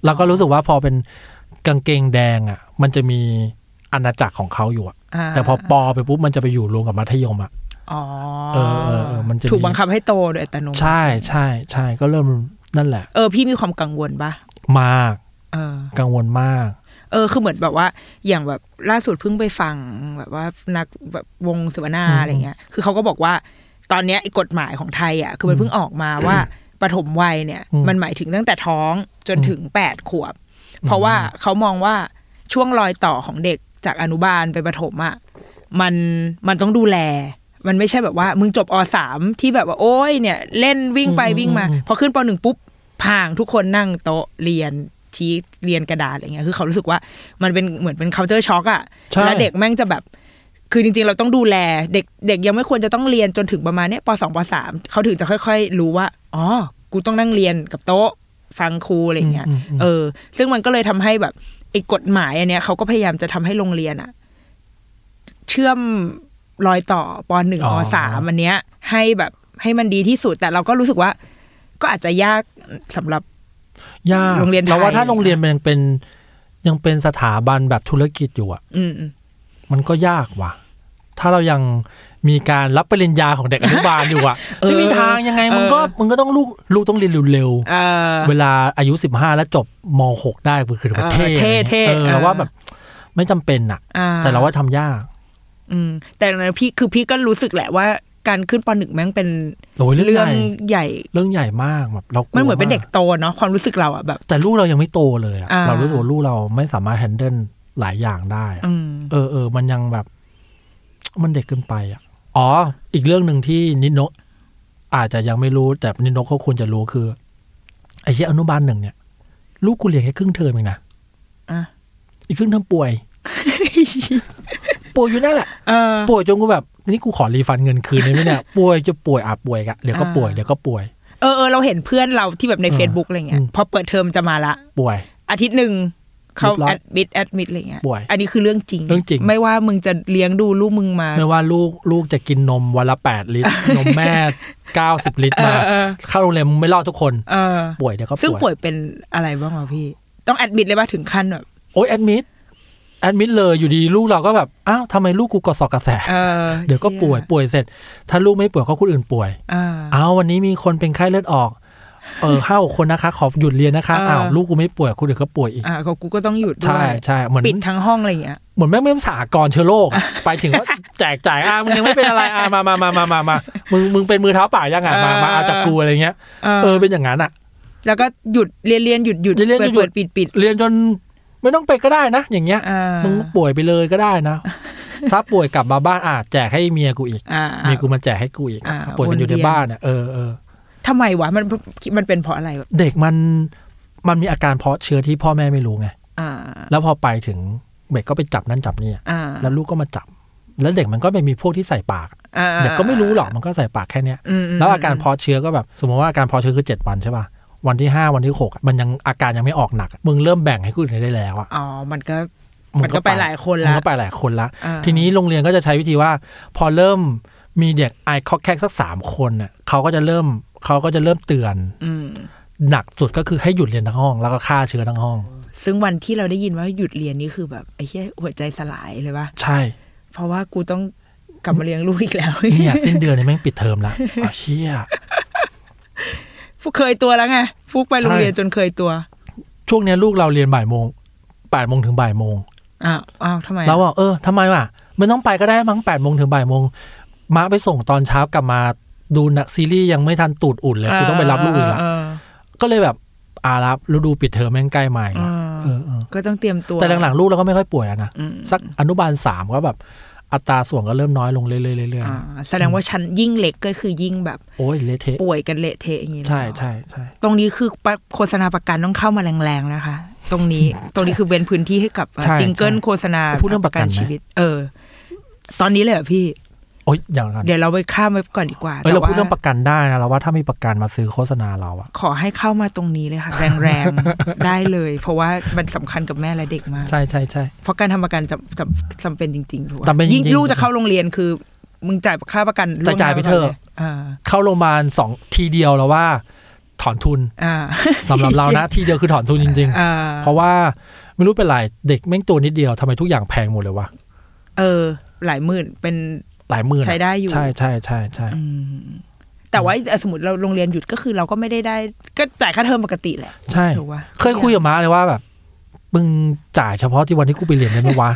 Speaker 3: เราก็รู้สึกว่าพอเป็นกางเกงแดงอ่ะ มันจะมีอาณาจักรของเขาอยู่อ่ะ
Speaker 2: า
Speaker 3: แต่พอปไปปุ๊บมันจะไปอยู่รวมกับมัธยมอ่ะ
Speaker 2: อ๋อ
Speaker 3: เออเออเออมันจะมี
Speaker 2: ถูกบังคับให้โตโดยอัตโนมัติ
Speaker 3: ใช่ใช่ใช่ก็เริ่มนั่นแหละ
Speaker 2: เออพี่มีความกังวลปะ
Speaker 3: มาก
Speaker 2: เออ
Speaker 3: กังวลมาก
Speaker 2: เออคือเหมือนแบบว่าอย่างแบบล่าสุดเพิ่งไปฟังแบบว่านักแบบวงเสวนา
Speaker 3: อืม
Speaker 2: อะไรเงี้ย คือเขาก็บอกว่าตอนเนี้ยไอ้กฎหมายของไทยอ่ะคือมันเพิ่งออกมาว่าปฐมวัยเนี่ย
Speaker 3: อืม
Speaker 2: มันหมายถึงตั้งแต่ท้องจน
Speaker 3: อืม
Speaker 2: ถึงแปดขวบ เพราะว่าเขามองว่าช่วงรอยต่อของเด็กจากอนุบาลไปปฐมอ่ะมันมันต้องดูแล มันไม่ใช่แบบว่ามึงจบอสามที่แบบว่าโอ้ยเนี่ยเล่นวิ่งไป
Speaker 3: อืม
Speaker 2: วิ่งมา
Speaker 3: อืม
Speaker 2: พอขึ้นปหนึ่งปุ๊บ พางทุกคนนั่งโต๊ะเรียนชี้เรียนกระดาษอะไรเงี้ยคือเขารู้สึกว่ามันเป็นเหมือนเป็น culture shock อะ
Speaker 3: ใช่
Speaker 2: แล้วเด็กแม่งจะแบบ คือจริง ๆ เราต้องดูแลเด็กเด็กยังไม่ควรจะต้องเรียนจนถึงประมาณเนี้ยปสองปสามเขาถึงจะค่อย ๆ รู้ว่าอ๋อกูต้องนั่งเรียนกับโต๊ะฟังครูอะไรเงี้ย
Speaker 3: อืมอืม
Speaker 2: เออ ซึ่งมันก็เลยทำให้แบบไอ้กฎหมายอันเนี้ยเขาก็พยายามจะทำให้โรงเรียนอะเชื่อมรอยต่อปหนึ่ง
Speaker 3: อ๋
Speaker 2: อ
Speaker 3: อ
Speaker 2: สามอันเนี้ย ให้แบบให้มันดีที่สุด แต่เราก็รู้สึกว่า ก็อาจจะยากสำหรับ
Speaker 3: ยาก
Speaker 2: โรงเรียนไทย
Speaker 3: เราว่าถ้าโรงเรียนมันยังเป็นยังเป็นสถาบันแบบธุรกิจอยู่อ่ะ
Speaker 2: อืมอืม
Speaker 3: มันก็ยากว่ะ ถ้าเรายังมีการรับปริญญาของเด็กอนุบาลอยู่ อ่ะ ไม่มีทางยังไงมึงก็มึงก็ต้องลูกลูกต้องเรียนเร็ว
Speaker 2: เออ
Speaker 3: ๆเวลาอายุ 15 แล้วจบม .6 ได้คือแบบเท่
Speaker 2: เออเท่เท่
Speaker 3: เออเราว่า
Speaker 2: เออ
Speaker 3: แบบไม่จำเป็นอ่ะ
Speaker 2: อ่
Speaker 3: แต่เราว่าทำยาก
Speaker 2: อืม แต่ในพี่คือพี่ก็รู้สึกแหละว่า การขึ้นปหนึ่งแม่งเป็น
Speaker 3: โอ้ยเรื่อง
Speaker 2: เรื่
Speaker 3: ให
Speaker 2: อง
Speaker 3: ญ่
Speaker 2: ใหญ่
Speaker 3: เรื่องใหญ่มากแบบเรากลัว
Speaker 2: มันเหมือนเป็น
Speaker 3: าก
Speaker 2: เด็กโตเนาะความรู้สึกเราอะแบบ
Speaker 3: แต่ลูกเรายังไม่โตเลยอะ
Speaker 2: อ่า
Speaker 3: เรารู้สึกว่าลูกเราไม่สามารถแฮนเดิลหลายอย่างได้อะ
Speaker 2: อื ม
Speaker 3: เออเออมันยังแบบ มันเด็กเกินไปอ่ะอ๋อ อีกเรื่องหนึ่งที่นิโนะอาจจะยังไม่รู้แต่นิโนะเขาควรจะรู้คือไอ้ที่อนุบาลหนึ่งเนี่ย ลูกกูเรียนแค่ครึ่งเทอมเองนะ
Speaker 2: อ่ะ
Speaker 3: อีกครึ่งเทอมป่วย ป่วยอยู่นั่นแหละ
Speaker 2: เออ
Speaker 3: ป่วยจนกูแบบ นี่กูขอรีฟันเงินคืนได้ไหมเนี่ยป่วยจะป่วยอ่ะป่วยกะเดี๋ยวก็ป่วย
Speaker 2: อ่า
Speaker 3: เดี๋ยวก็ป่วย
Speaker 2: เออเออเราเห็นเพื่อนเราที่แบบใน
Speaker 3: เออ
Speaker 2: Facebook อะไรเงี้ยพอเปิดเทอมจะมาละ
Speaker 3: ป่วย
Speaker 2: อาทิตย์หนึ่ง เขา
Speaker 3: เรียบร้อย
Speaker 2: แอดมิดแอดมิดอะไรเงี้ย
Speaker 3: ป่วย
Speaker 2: อันนี้คือเรื่องจริง
Speaker 3: เรื่องจริง
Speaker 2: ไม่ว่ามึงจะเลี้ยงดูลูกมึงมา
Speaker 3: ไม่ว่าลูกลูกจะกินนมวันละแปดลิตร นมแม่เก้าสิบลิตรมา
Speaker 2: เออเออ
Speaker 3: เข้าโรงเรียนไม่รอดทุกคน
Speaker 2: เออ
Speaker 3: ป่วยเดี๋ยวก็
Speaker 2: ซึ่ง
Speaker 3: ป่
Speaker 2: ป่
Speaker 3: วย
Speaker 2: วยเป็นอะไรบ้างวะพี่ ต้องแอดมิดเลยว่าถึงขั้นแบบ
Speaker 3: โอ้ยแอดมิดแอดมิดเลยอยู่ดีลูกเราก็แบบ อ้าวทำไมลูกกูกระสอบกระแส
Speaker 2: เออ
Speaker 3: เดี๋ยวก็
Speaker 2: ชี่
Speaker 3: ป่วยป่วยเสร็จ ถ้าลูกไม่ป่วยก็คนอื่นป่วย
Speaker 2: เอ่า
Speaker 3: อ้าววันนี้มีคนเป็นไข้เลือดออก เออ ห้าหกคนนะคะ ขอหยุดเรียนนะคะ
Speaker 2: เอออ้
Speaker 3: อ้าวลูกกูไม่ป่วยคนอื่นก็ป่วยอีก
Speaker 2: อ่าของกูก็ต้องหยุดด้
Speaker 3: ใช่
Speaker 2: วย
Speaker 3: ใช่เหมือน
Speaker 2: ปิดทั้งห้องอะไรเงี้ย
Speaker 3: เหมือนแม่งไม่สากรณ์เชื้อโร คอะไปถึงก็ แจกจ่ายอ่ะมึงยังไม่เป็นอะไรอ่ะมามามามามามามึงมึงเป็นมือเท้าเปล่ายังอ่ะมามาเอาจากกูอะไรเงี้ย
Speaker 2: เออ
Speaker 3: เออเป็นอย่างนั้นอ่ะ
Speaker 2: แล้วก็หยุดเรียนเรียนหยุดหยุด
Speaker 3: เรียนเรียนหยุด
Speaker 2: เปิดปิดปิด
Speaker 3: เรียนจนไม่ต้องไปก็ได้นะ อย่างเงี้ย
Speaker 2: อ่า
Speaker 3: มึงป่วยไปเลยก็ได้ นะ ถ้าป่วยกลับมาบ้านอ่ะแจกให้เมียกูอีก
Speaker 2: อ่า
Speaker 3: เมียกูมาแจกให้กูอีกอ่ะ
Speaker 2: อ่า
Speaker 3: ป่วยกันอยู่
Speaker 2: วนเวี
Speaker 3: ใน
Speaker 2: ยน
Speaker 3: บ้านอ่ะเออเออ
Speaker 2: ทำไมวะมันมันเป็นเพราะอะไรแบบ
Speaker 3: เด็กมันมันมีอาการเพราะเชื้อที่พ่อแม่ไม่รู้ไง
Speaker 2: อ่า
Speaker 3: แล้วพอไปถึงเด็กก็ไปจับนั่นจับนี่อะ
Speaker 2: อ่า
Speaker 3: แล้วลูกก็มาจับ แล้วเด็กมันก็ไปมีพวกที่ใส่ปาก
Speaker 2: อ่า
Speaker 3: เด็กก็ไม่รู้หรอกมันก็ใส่ปากแค่เนี้ย
Speaker 2: อืมม
Speaker 3: แล้วอาการเพอเชื้อก็แบบ สมมติว่าอาการเพอเชื้อคือ7วันใช่ป่ะวันที่ 5 วันที่ 6 มันยังอาการยังไม่ออกหนัก มึงเริ่มแบ่งให้คนอื่นได้แล้วอ่ะ
Speaker 2: อ๋อมันก็
Speaker 3: ง
Speaker 2: มันก็ไปหลายคนละ
Speaker 3: มึงก็ไปหลายคนละ
Speaker 2: อ่า
Speaker 3: ทีนี้โรงเรียนก็จะใช้วิธีว่า พอเริ่มมีเด็กไอคอกแคกสักสามคนน่ะเขาก็จะเริ่มเขาก็จะเริ่มเตือน
Speaker 2: อืม
Speaker 3: หนักสุดก็คือให้หยุดเรียนทั้งห้อง แล้วก็ฆ่าเชื้อทั้งห้อง
Speaker 2: ซึ่งวันที่เราได้ยินว่าหยุดเรียนนี่คือแบบไอ้เหี้ยหัวใจสลายเลยปะ
Speaker 3: ใช่
Speaker 2: เพราะว่ากูต้องกลับมาเลี้ยงลูกอีกแล้ว
Speaker 3: เนี่ย สิ้นเดือนเนี่ยแม่งปิดเทอมละอ้าวเชี่ย
Speaker 2: ฟุก เคยตัวแล้วไงฟุกไปโรงเรียน
Speaker 3: ใช่
Speaker 2: จนเคยตัว
Speaker 3: ช่วงเนี้ยลูกเราเรียนบ่ายโมงแปดโมงถึงบ่ายโมง
Speaker 2: อ้าวอ้าวทำไมอะ
Speaker 3: เราบอกเออทำไมวะไม่ต้องไปก็ได้มั้งแปดโมงถึงบ่ายโมงมาไปส่งตอนเช้ากลับมาดูหนักซีรีส์ยังไม่ทันตูดอุ่นเลยกูต้องไปรับลูกอีกละ
Speaker 2: เอ
Speaker 3: ก็เลยแบบอารับฤดูปิดเทอมแม่งใกล้มาอีก
Speaker 2: เอ
Speaker 3: ละ
Speaker 2: อ
Speaker 3: เอ
Speaker 2: เออ
Speaker 3: อเออ
Speaker 2: ก็ต้องเตรียมตัว
Speaker 3: แต่หลังๆลูกเราก็ไม่ค่อยป่วยแล้วนะ
Speaker 2: อืม
Speaker 3: สักอนุบาลสามก็แบบอัตราส่วนก็เริ่มน้อยลงเรื่อยๆเรื่อย
Speaker 2: อ่าแสดงว่าชั้นยิ่งเล็กก็คือยิ่งแบบ
Speaker 3: ๆโอ้ยเละเทะ
Speaker 2: ป่วยกันเละเทะอย่างนี้
Speaker 3: ใช่
Speaker 2: แล้ว
Speaker 3: ใช่ใช่
Speaker 2: ตรงนี้คือปะโฆษณาประกันต้องเข้ามาแรงๆนะคะ ตรงนี้ตรงนี้คือเว้นพื้นที่ให้กับ
Speaker 3: ใช่
Speaker 2: จิงเกิล
Speaker 3: ใช่
Speaker 2: โฆษณา
Speaker 3: พูดเรื่องประกันไหม
Speaker 2: ชีวิต เออ ตอนนี้เลยเหรอพี่
Speaker 3: โอ้ยอย่างนั้น
Speaker 2: เดี๋ยวเราไปข้ามไปก่อนดีกว่า
Speaker 3: เอ้ย
Speaker 2: แต่
Speaker 3: เราพูด
Speaker 2: ว่า
Speaker 3: เรื่องประกันได้นะเราว่าถ้ามีประกันมาซื้อโฆษณาเราอะ
Speaker 2: ขอให้เข้ามาตรงนี้เลยค่ะ แรงๆ ได้เลย เพราะว่ามันสำคัญกับแม่และเด็กมาก
Speaker 3: ใช่ใช่ใช่
Speaker 2: เพราะการทำประกันจำจำจำเป็นจริงๆถูกปะ
Speaker 3: จำเป็นจริงๆ
Speaker 2: ยิ่งลูกจะเข้าโรงเรียนคือ มึงจ่ายค่าประกันล่วงหน้
Speaker 3: จ่ายไป
Speaker 2: ว้ก่น
Speaker 3: เถอะ
Speaker 2: ลยอ่า
Speaker 3: เข้าโรงพยาบาลสองทีเดียวแล้วว่า ถอนทุน
Speaker 2: อ่า
Speaker 3: สำหรับเรานะ ทีเดียวคือถอนทุนจริง
Speaker 2: อ่า
Speaker 3: ๆ เพราะว่าไม่รู้เป็นไรเด็กแม่งตัวนิดเดียวทำไมทุกอย่างแพงหมดเลยวะ
Speaker 2: เออ หลายหมื่นเป็น
Speaker 3: หลายหมื่นอะ
Speaker 2: ใช้ได้อยู่
Speaker 3: ใช่ใช่ใช่ใช่
Speaker 2: อืมแต่ว่าสมมติเราโรงเรียนหยุดก็คือเราก็ไม่ได้ได้ ก็จ่ายค่าเทอมปกติแหละ
Speaker 3: ใช่
Speaker 2: ถูกปะ
Speaker 3: เคยคุยกับม้าเลยว่าแบบมึงจ่ายเฉพาะที่วันที่กูไปเรียนได้ไหม วะ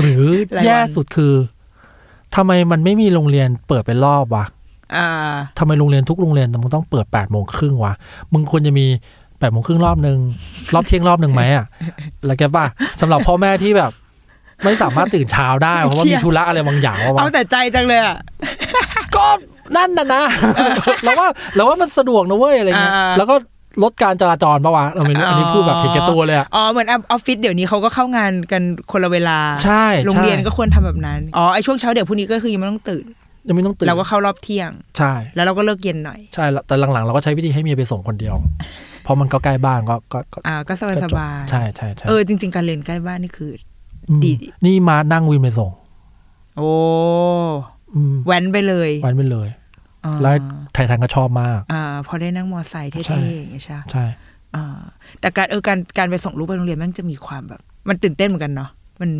Speaker 3: หรือแย่สุดคือทำไมมันไม่มีโรงเรียนเปิดเป็นรอบวะ
Speaker 2: อ่า
Speaker 3: ทำไมโรงเรียนทุกโรงเรียนมึงต้องเปิด8ปดโมงครึ่งวะ มึงควรจะมี8ปดโมงครึ่งรอบหนึ่งรอบเที่ยงรอบหนึ่งไหมอ่ะ แล้วแกป่ะสำหรับพ่อแม่ที่แบบ ไม่สามารถตื่นเช้าได้ เพราะว่า
Speaker 2: เชี่
Speaker 3: มี
Speaker 2: ย
Speaker 3: ธุระอะไรบางอย่าง
Speaker 2: เอา
Speaker 3: วะ
Speaker 2: แต่ใจจังเลยอ่ะ
Speaker 3: ก็นั่นน่ะนะ เราว่าเราว่ามันสะดวกนะเว้ยอะไรเงี้ย
Speaker 2: อ่า
Speaker 3: แล้วก็ลดการจราจรปะวะเราไม่รู้
Speaker 2: อ๋ออั
Speaker 3: อันนี้พูดแบบเห็นแก่ตัวเลยอ่ะ
Speaker 2: อ๋อเหมือนออฟฟิศเดี๋ยวนี้เขาก็เข้างานกันคนละเวลา
Speaker 3: ใช่
Speaker 2: โรงเรียนก็
Speaker 3: ใช่
Speaker 2: ควรทำแบบนั้น อ๋อ ไอช่วงเช้าเด็กพวกนี้ก็คือยังไม่ต้องตื่น
Speaker 3: ยังไม่ต้องตื่น
Speaker 2: เราก็เข้ารอบเที่ยง
Speaker 3: ใช่
Speaker 2: แล้วเราก็เลิกเย็นหน่อย
Speaker 3: ใช่แล้วแต่หลังๆ เราก็ใช้วิธีให้เมียไปส่งคนเดียว เพราะมันก็ใกล้บ้านก็ก็ก็
Speaker 2: อ่า ก็สบายสบาย
Speaker 3: ใช่ใช่ใช่
Speaker 2: เออ จริง ๆ การเรียนใกล้บ้านนี่คือ
Speaker 3: ม
Speaker 2: ดี
Speaker 3: นี่มานั่งวินไปส่ง
Speaker 2: โอ้
Speaker 3: อืม
Speaker 2: แว้นไปเลย
Speaker 3: วันไปเลย
Speaker 2: อ่า
Speaker 3: แล้วไทยทันก็ชอบมาก
Speaker 2: อ่า พอได้นั่งมอไซค์
Speaker 3: ใช่
Speaker 2: เท่ๆอย่างเงี้ยใช่ปะ
Speaker 3: ใช่
Speaker 2: อ่า แต่การเออการการไปส่งลูกไปโรงเรียนมันจะมีความแบบ มันตื่นเต้นเหมือนกันเนาะ มัน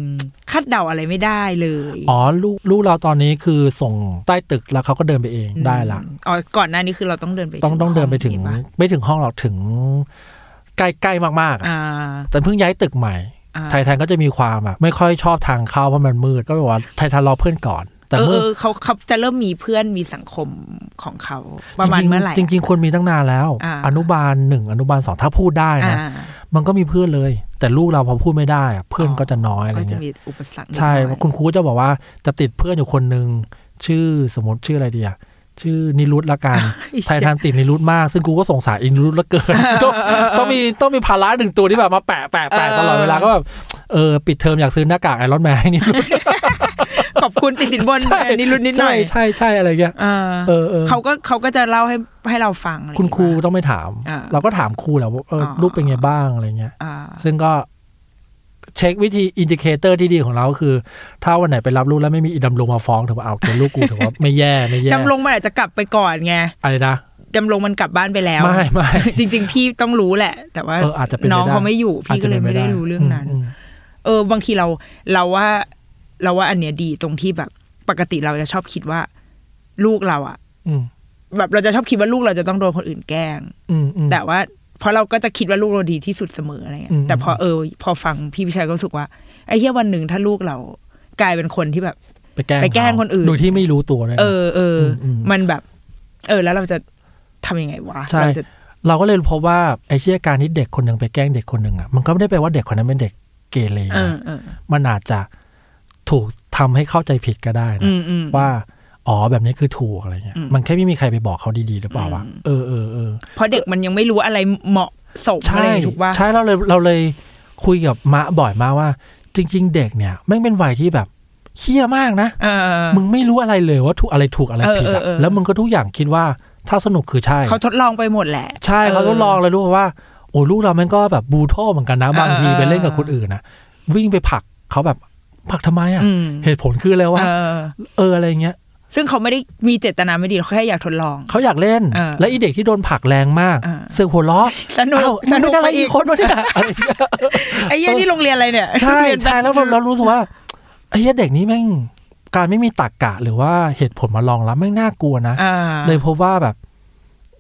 Speaker 2: คาดเดาอะไรไม่ได้เลย
Speaker 3: อ๋อลูกลูกเราตอนนี้คือส่งใต้ตึกแล้วเขาก็เดินไปเอง
Speaker 2: ม
Speaker 3: ได้ละ
Speaker 2: อ๋อ ก่อนหน้านี้คือเราต้องเดินไป
Speaker 3: ต้องต้องเดินไปถึง
Speaker 2: ห้ออย่างงี้ปะ
Speaker 3: ไม่ถึงห้องหรอกถึงใกล้ใกล้มากๆอะ
Speaker 2: อ่า
Speaker 3: แต่เพิ่งย้ายตึกใหม่
Speaker 2: อ่า
Speaker 3: ไทยทันก็จะมีความแบบไม่ค่อยชอบทางเข้าเพราะมันมืดก็แบบว่าไทยทันรอเพื่อนก่อน แต่
Speaker 2: เออ
Speaker 3: เมื่อ
Speaker 2: เออเขาเขาจะเริ่มมีเพื่อนมีสังคมของเขาประมาณ
Speaker 3: จงๆ
Speaker 2: เมื่อไหร่
Speaker 3: จริง ๆ ควรมีตั้งนานแล้ว
Speaker 2: อ่า
Speaker 3: อนุบาลหนึ่งอนุบาลสองถ้าพูดได้
Speaker 2: อ่า
Speaker 3: นะมันก็มีเพื่อนเลย แต่ลูกเราพอพูดไม่ได้อะเพื่อนก็จะน้อยอะไร
Speaker 2: ก็จะ
Speaker 3: เงี้ย
Speaker 2: มีอุปสรรค
Speaker 3: ใช่
Speaker 2: นิดหน่อย
Speaker 3: คุณครูก็จะบอกว่าจะติดเพื่อนอยู่คนหนึ่งชื่อสมมติชื่ออะไรดีอะชื่อนิรุตละกันไทยทานติดนิรุตมาก ซึ่งกูก็สงสารอินิรุตละเกิน ต้องต้องมีต้องมีภาระหนึ่งตัวที่แบบมาแปะแปะแปะตลอดเวลาก็แบบเออปิดเทอมอยากซื้อหน้ากากไอรอนแมนให้นิรุต
Speaker 2: ขอบคุณติดสินบน
Speaker 3: ใช่
Speaker 2: นิดรุ่นนิดหน่
Speaker 3: ใช่
Speaker 2: อย
Speaker 3: ใช่ใช่อะไรเงี้ย
Speaker 2: เออ
Speaker 3: เออเออ
Speaker 2: เขาก็เขาก็จะเล่าให้ให้เราฟังอะไ
Speaker 3: คุณครู
Speaker 2: อย่างเงี้ย
Speaker 3: ต้องไม่ถาม
Speaker 2: อ่า
Speaker 3: เราก็ถามครูแหละว่าเอออา ลูกเป็นไงบ้างอะไรเงี้ย
Speaker 2: อ่า
Speaker 3: ซึ่งก็ เช็ควิธีอินดิเคเตอร์ที่ดีของเราก็คือ ถ้าวันไหนไปรับลูกแล้วไม่มีอีดำรงมาฟ้องถือว่าเอาเกลูกกูถือว่าไม่แย่ไม่แย่
Speaker 2: ดำรงมันอาจจะกลับไปก่อนไง
Speaker 3: อะไรนะ
Speaker 2: ดำรงมันกลับบ้านไปแล้ว
Speaker 3: ไม่ไม่
Speaker 2: จริง ๆ พี่ต้องรู้แหละ แต่ว่า
Speaker 3: เอออาจจะเป็นไปได้
Speaker 2: น้องเขาไม่อยู่ พี่ก็เลยไม่ได้รู้เรื่องนั้น
Speaker 3: มม
Speaker 2: เออบางทีเราเราว่าเราว่าอันเนี้ยดีตรงที่แบบปกติเราจะชอบคิดว่า ลูกเราอะ
Speaker 3: อืม
Speaker 2: แบบเราจะชอบคิดว่าลูกเราจะต้องโดนคนอื่นแกล้ง
Speaker 3: อืมอืม
Speaker 2: แต่ว่าเพราะเราก็จะคิดว่าลูกเราดีที่สุดเสมออะไรเงี้
Speaker 3: อื
Speaker 2: ย
Speaker 3: ม
Speaker 2: แต่พอเออ พอฟังพี่วิชัยก็รู้สึกว่าไอ้เหี้ยวันหนึ่งถ้าลูกเรากลายเป็นคนที่แบบ
Speaker 3: ไปแกล้ง
Speaker 2: ไปแกล้ง
Speaker 3: เขา
Speaker 2: คนอื่น
Speaker 3: โดยที่ไม่รู้ตัวเลยนะ
Speaker 2: เออเอออ
Speaker 3: มอืม
Speaker 2: มันแบบ เออ แล้วเราจะทำยังไงวะ
Speaker 3: ใช่
Speaker 2: เราจะ
Speaker 3: เราก็เลยพบว่าไอ้เชี่ยการที่เด็กคนหนึ่งไปแกล้งเด็กคนหนึ่งอ่ะมันก็ไม่ได้แปลว่าเด็กคนนั้นเป็นเด็กเกเรนะ
Speaker 2: เออเออ
Speaker 3: มันอาจจะถูกทำให้เข้าใจผิดก็ได้
Speaker 2: อื
Speaker 3: นะ
Speaker 2: มอืม
Speaker 3: ว่าอ๋อแบบนี้คือถูกอะไรเงี้ย
Speaker 2: อืม
Speaker 3: มันแค่ไม่มีใครไปบอกเขาดีๆหรือเปล่าวะเออเออเออ
Speaker 2: เพราะเด็กมันยังไม่รู้อะไรเหมาะสมอะ
Speaker 3: ใช่
Speaker 2: ไรถูกป่ะ
Speaker 3: ใช่เราเลยเราเลยคุยกับมะบ่อยมากว่า จริง ๆ เด็กเนี่ยแม่งเป็นวัยที่แบบเฮี้ยมากนะ
Speaker 2: เออเออ
Speaker 3: มึงไม่รู้อะไรเลยว่าถูกอะไรถูกอะไรผิดอะ
Speaker 2: เออเออเออ
Speaker 3: แล้วมึงก็ทุกอย่างคิดว่าถ้าสนุกคือใช่
Speaker 2: เขาทดลองไปหมดแหละ
Speaker 3: ใช่เขาทดลองเลยรู้ว่า โอ้ลูกเรามันก็แบบบูโทเหมือนกันนะ บางที
Speaker 2: เออ
Speaker 3: ไปเล่นกับคนอื่นนะวิ่งไปผลักเขาแบบผลักทำไมอ่ะ
Speaker 2: อืม
Speaker 3: เหตุผลคืออะไรวะ
Speaker 2: เออ
Speaker 3: เอออะไรเงี้ย
Speaker 2: ซึ่งเขาไม่ได้มีเจตนาไม่ดีเขาแค่อยากทดลอง
Speaker 3: เขาอยากเล่น
Speaker 2: เออ
Speaker 3: และอีเด็กที่โดนผลักแรงมาก
Speaker 2: เออ
Speaker 3: เสือกหัวล้อ
Speaker 2: สนุก
Speaker 3: อ้าว
Speaker 2: สนุ
Speaker 3: ไม่
Speaker 2: ก
Speaker 3: ได้อะไร
Speaker 2: ไป
Speaker 3: อี
Speaker 2: อี
Speaker 3: ก
Speaker 2: ก
Speaker 3: คนวะเนี่ยอะไรเงี้ย
Speaker 2: ไอ้เหี้ยนี่โรงเรียนอะไรเนี่ย
Speaker 3: ใช่
Speaker 2: เรียนบบ
Speaker 3: ใช่แล้วเราเรารู้สึกว่าไอ้เหี้ยเด็กนี้แม่งการไม่มีตรรกกะหรือว่าเหตุผลมารองรับแม่งน่ากลัวนะ
Speaker 2: อ่า
Speaker 3: เลยพบว่าแบบ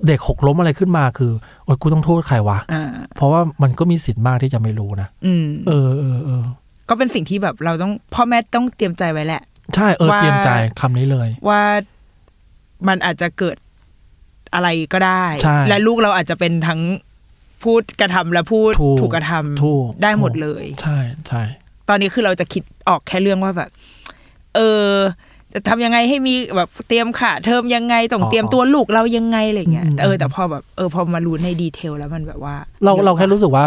Speaker 3: เด็กหกล้มอะไรขึ้นมาคือโอ้ยกูต้องโทษใครวะ
Speaker 2: อ่า
Speaker 3: เพราะว่ามันก็มีสิทธิ์มากที่จะไม่รู้นะ
Speaker 2: อืม
Speaker 3: เออเออเออ
Speaker 2: ก็เป็นสิ่งที่แบบเราต้องพ่อแม่ต้องเตรียมใจไว้แหละ
Speaker 3: ใช่ เออ
Speaker 2: ว่า
Speaker 3: เตรียมใจคำนี้เลย
Speaker 2: ว่ามันอาจจะเกิดอะไรก็ได้
Speaker 3: ใช่
Speaker 2: และลูกเราอาจจะเป็นทั้งพูดกระทำและพูด
Speaker 3: ถูก
Speaker 2: ถูกกระทำ
Speaker 3: ถูก
Speaker 2: ได้หมดเลย
Speaker 3: ใช่ใช่
Speaker 2: ตอนนี้คือเราจะคิดออกแค่เรื่องว่าแบบ เออ จะทำยังไงให้มีแบบเตรียมขาเทอมยังไงต้องเตรียมตัวลูกเรายังไงอะไรอย่างเงี้ยแต่เออแต่พอแบบเออพอมารู้ในดีเทลแล้วมันแบบว่า
Speaker 3: เรา
Speaker 2: ยอะ
Speaker 3: เราแค่
Speaker 2: ว่
Speaker 3: รู้สึกว่า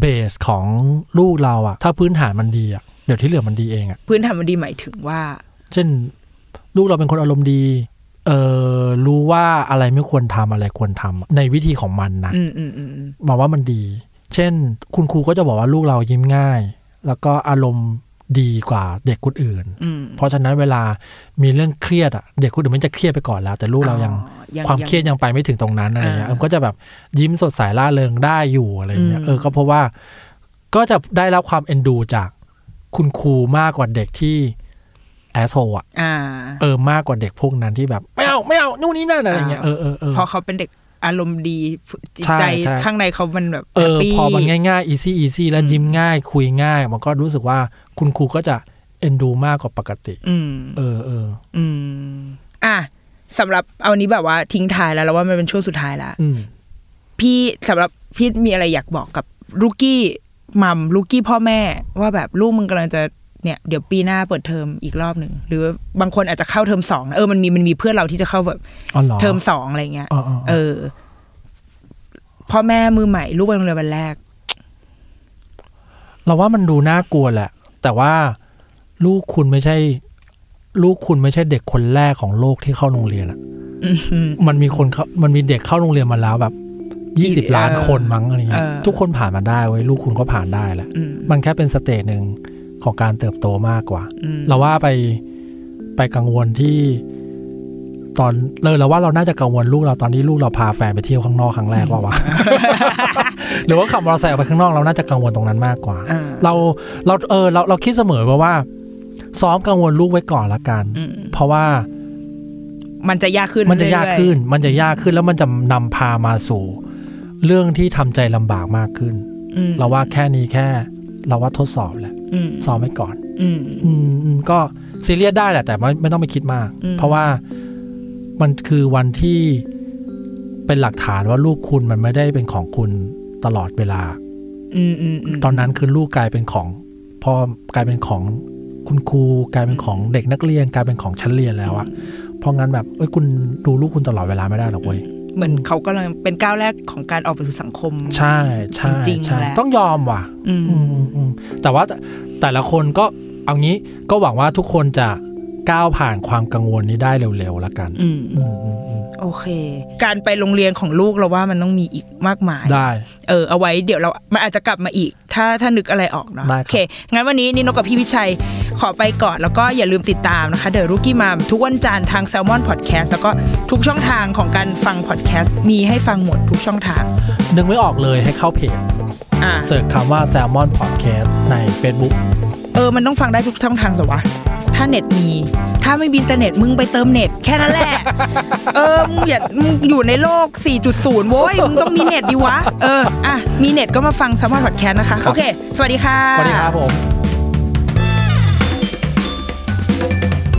Speaker 3: เบสของลูกเราอะถ้าพื้นฐานมันดีอะเดี๋ยวที่เหลือมันดีเองอะ
Speaker 2: พื้นฐานมันดีหมายถึงว่า
Speaker 3: เช่น ลูกเราเป็นคนอารมณ์ดี เออรู้ว่าอะไรไม่ควรทำอะไรควรทำในวิธีของมันนะ
Speaker 2: อืมอืมอืมอืม
Speaker 3: บอกว่ามันดี เช่น คุณครูก็จะบอกว่าลูกเรายิ้มง่าย แล้วก็อารมณ์ดีกว่าเด็กคนอื่น
Speaker 2: อืม
Speaker 3: เพราะฉะนั้นเวลามีเรื่องเครียดอะเด็กคนอื่นมันจะเครียดไปก่อนแล้ว แต่ลูกเรายัง
Speaker 2: อ๋อ
Speaker 3: ความเครียดยังไปไม่ถึงตรงนั้นอะไรเงี้ย
Speaker 2: อ่า
Speaker 3: มันก็จะแบบยิ้มสดใสล่าเริงได้อยู่อะไรเงี้ย
Speaker 2: อืม
Speaker 3: เออก็เพราะว่าก็จะได้รับความเอ็นดูจากคุณครูมากกว่าเด็กที่แอสโซอ่ะ
Speaker 2: อ่า
Speaker 3: เออมากกว่าเด็กพวกนั้นที่แบบ ไม่เอาไม่เอานู่นนี่นั่นอะไรเงี้ยเอ
Speaker 2: อ่า
Speaker 3: อเออเออ
Speaker 2: เพราะเขาเป็นเด็กอารมณ์ดีจิต
Speaker 3: ใช่
Speaker 2: ใจ
Speaker 3: ใช่
Speaker 2: ข้างในเขามันแบบ
Speaker 3: เออ
Speaker 2: แฮปปี้
Speaker 3: พอมันง่ายๆ easy easy แล้ว
Speaker 2: อืม
Speaker 3: ยิ้มง่ายคุยง่าย มันก็รู้สึกว่าคุณครูก็จะเอ็นดูมากกว่าปกติ
Speaker 2: อืม
Speaker 3: เออเออ
Speaker 2: อืม อ่ะสำหรับเอานี้แบบว่าทิ้งท้ายแล้วแล้วว่ามันเป็นช่วงสุดท้ายละ
Speaker 3: อืม
Speaker 2: พี่สำหรับพี่มีอะไรอยากบอกกับลูกี้มัมลูกี้พ่อแม่ ว่าแบบลูกมึงกำลังจะเนี่ยเดี๋ยวปีหน้าเปิดเทอมอีกรอบหนึ่งหรือบางคนอาจจะเข้าเทอมสองนะเออมันมีมันมีเพื่อนเราที่จะเข้าแบบ
Speaker 3: อ๋อเหรอ
Speaker 2: เทอมสองอะไรเงี้ย
Speaker 3: อ๋ออ๋อ
Speaker 2: เอ
Speaker 3: อ๋อ
Speaker 2: อ พ่อแม่มือใหม่ลูกไปโรงเรียนวันแรก
Speaker 3: เราว่ามันดูน่ากลัวแหละ แต่ว่าลูกคุณไม่ใช่ ลูกคุณไม่ใช่เด็กคนแรกของโลกที่เข้าโรงเรียนอะ
Speaker 2: อืม
Speaker 3: มันมีคนเข้ามันมีเด็กเข้าโรงเรียนมาแล้วแบบยี่สิบ
Speaker 2: เออ
Speaker 3: ล้านคนมั้งอะไรเงี้ย
Speaker 2: เออ
Speaker 3: ทุกคนผ่านมาได้เว้ยลูกคุณก็ผ่านได้แหละ
Speaker 2: อืม
Speaker 3: มันแค่เป็นสเตจหนึ่งของการเติบโตมากกว่า
Speaker 2: อืม
Speaker 3: เราว่าไปไปกังวลที่ ตอนเลยเราว่าเราน่าจะกังวลลูกเราตอนที่ลูกเราพาแฟนไปเที่ยวข้างนอกครั้งแรกว่ าวะ หรือว่าขับมอเตอร์ไซค์ออกไปข้างนอกเราน่าจะกังวลตรงนั้นมากกว่า
Speaker 2: อ่า
Speaker 3: เราเราเออเราเราคิดเสมอว่าว่า ซ้อมกังวลลูกไว้ก่อนละกัน
Speaker 2: อืม
Speaker 3: เพราะว่า
Speaker 2: มันจะยากขึ้น
Speaker 3: มันจะยากขึ้น
Speaker 2: เรื่อ
Speaker 3: มันจะยากขึ้นแล้วมันจะนำพามาสู่ เรื่องที่ทำใจลำบากมากขึ้น
Speaker 2: ๆอืม
Speaker 3: เราว่าแค่นี้แค่ เราว่าทดสอบแหละ
Speaker 2: อืม
Speaker 3: ซ้อมไว้ก่อน
Speaker 2: อืม
Speaker 3: อืมอืมก็ซีเรียสได้แหละ แต่ไม่ไม่ต้องไปคิดมาก
Speaker 2: อืม
Speaker 3: เพราะว่ามันคือวันที่เป็นหลักฐานว่าลูกคุณมันไม่ได้เป็นของคุณตลอดเวลา
Speaker 2: อืมอืมม
Speaker 3: ตอนนั้นคือลูกกลายเป็นของพ่อกลายเป็นของคุณครูกลายเป็นของเด็กนักเรียน กลายเป็นของชั้นเรียนแล้วอะเพราะงั้นแบบเอ้ยคุณดูลูกคุณตลอดเวลาไม่ได้หรอกเว้ย
Speaker 2: เหมือนเขากำลังเป็นก้าวแรกของการออกไปสู่สังคม
Speaker 3: ใช่ใช่
Speaker 2: จริงๆ
Speaker 3: ใช่
Speaker 2: แหละ
Speaker 3: ต้องยอมว่ะ
Speaker 2: อืม
Speaker 3: อืมอืมแต่ว่าแต่แต่ละคนก็เอางี้ก็หวังว่าทุกคนจะก้าวผ่านความกังวลนี้ได้เร็วๆละกัน
Speaker 2: อืม
Speaker 3: อืมอืมอืม
Speaker 2: โอเค การไปโรงเรียนของลูกเราว่ามันต้องมีอีกมากมาย
Speaker 3: ได้
Speaker 2: เออเอาไว้เดี๋ยวเรามันอาจจะกลับมาอีก ถ้าถ้านึกอะไรออกเนาะ
Speaker 3: ได้ครับ
Speaker 2: โอเค งั้นวันนี้นิโนกับพี่วิชัยขอไปก่อนแล้วก็อย่าลืมติดตามนะคะเดอะรุกี้มามทุกวันจันทร์ทาง s ซ l m o n Podcast แล้วก็ทุกช่องทางของการฟัง podcast มีให้ฟังหมดทุกช่องทาง
Speaker 3: นึกไม่ออกเลยให้เข้าเพจ
Speaker 2: อ่า
Speaker 3: เสิร์ชคำว่า Salmon Podcast ใน Facebook
Speaker 2: เออมันต้องฟังได้ทุกช่องทางสิวะถ้าเน็ตมี ถ้าไม่มีอินเทอร์เน็ตมึงไปเติมเน็ตแค่นั้นแหละ เออมึงอย่ามึงอยู่ในโลก 4.0 โว้ยมึงต้องมีเน็ตดิวะ เอออ่ะมีเน็ตก็มาฟัง s ซ l m o n Podcast นะคะโอเค สวัสดีค่ะ
Speaker 3: สวัสดีครับผม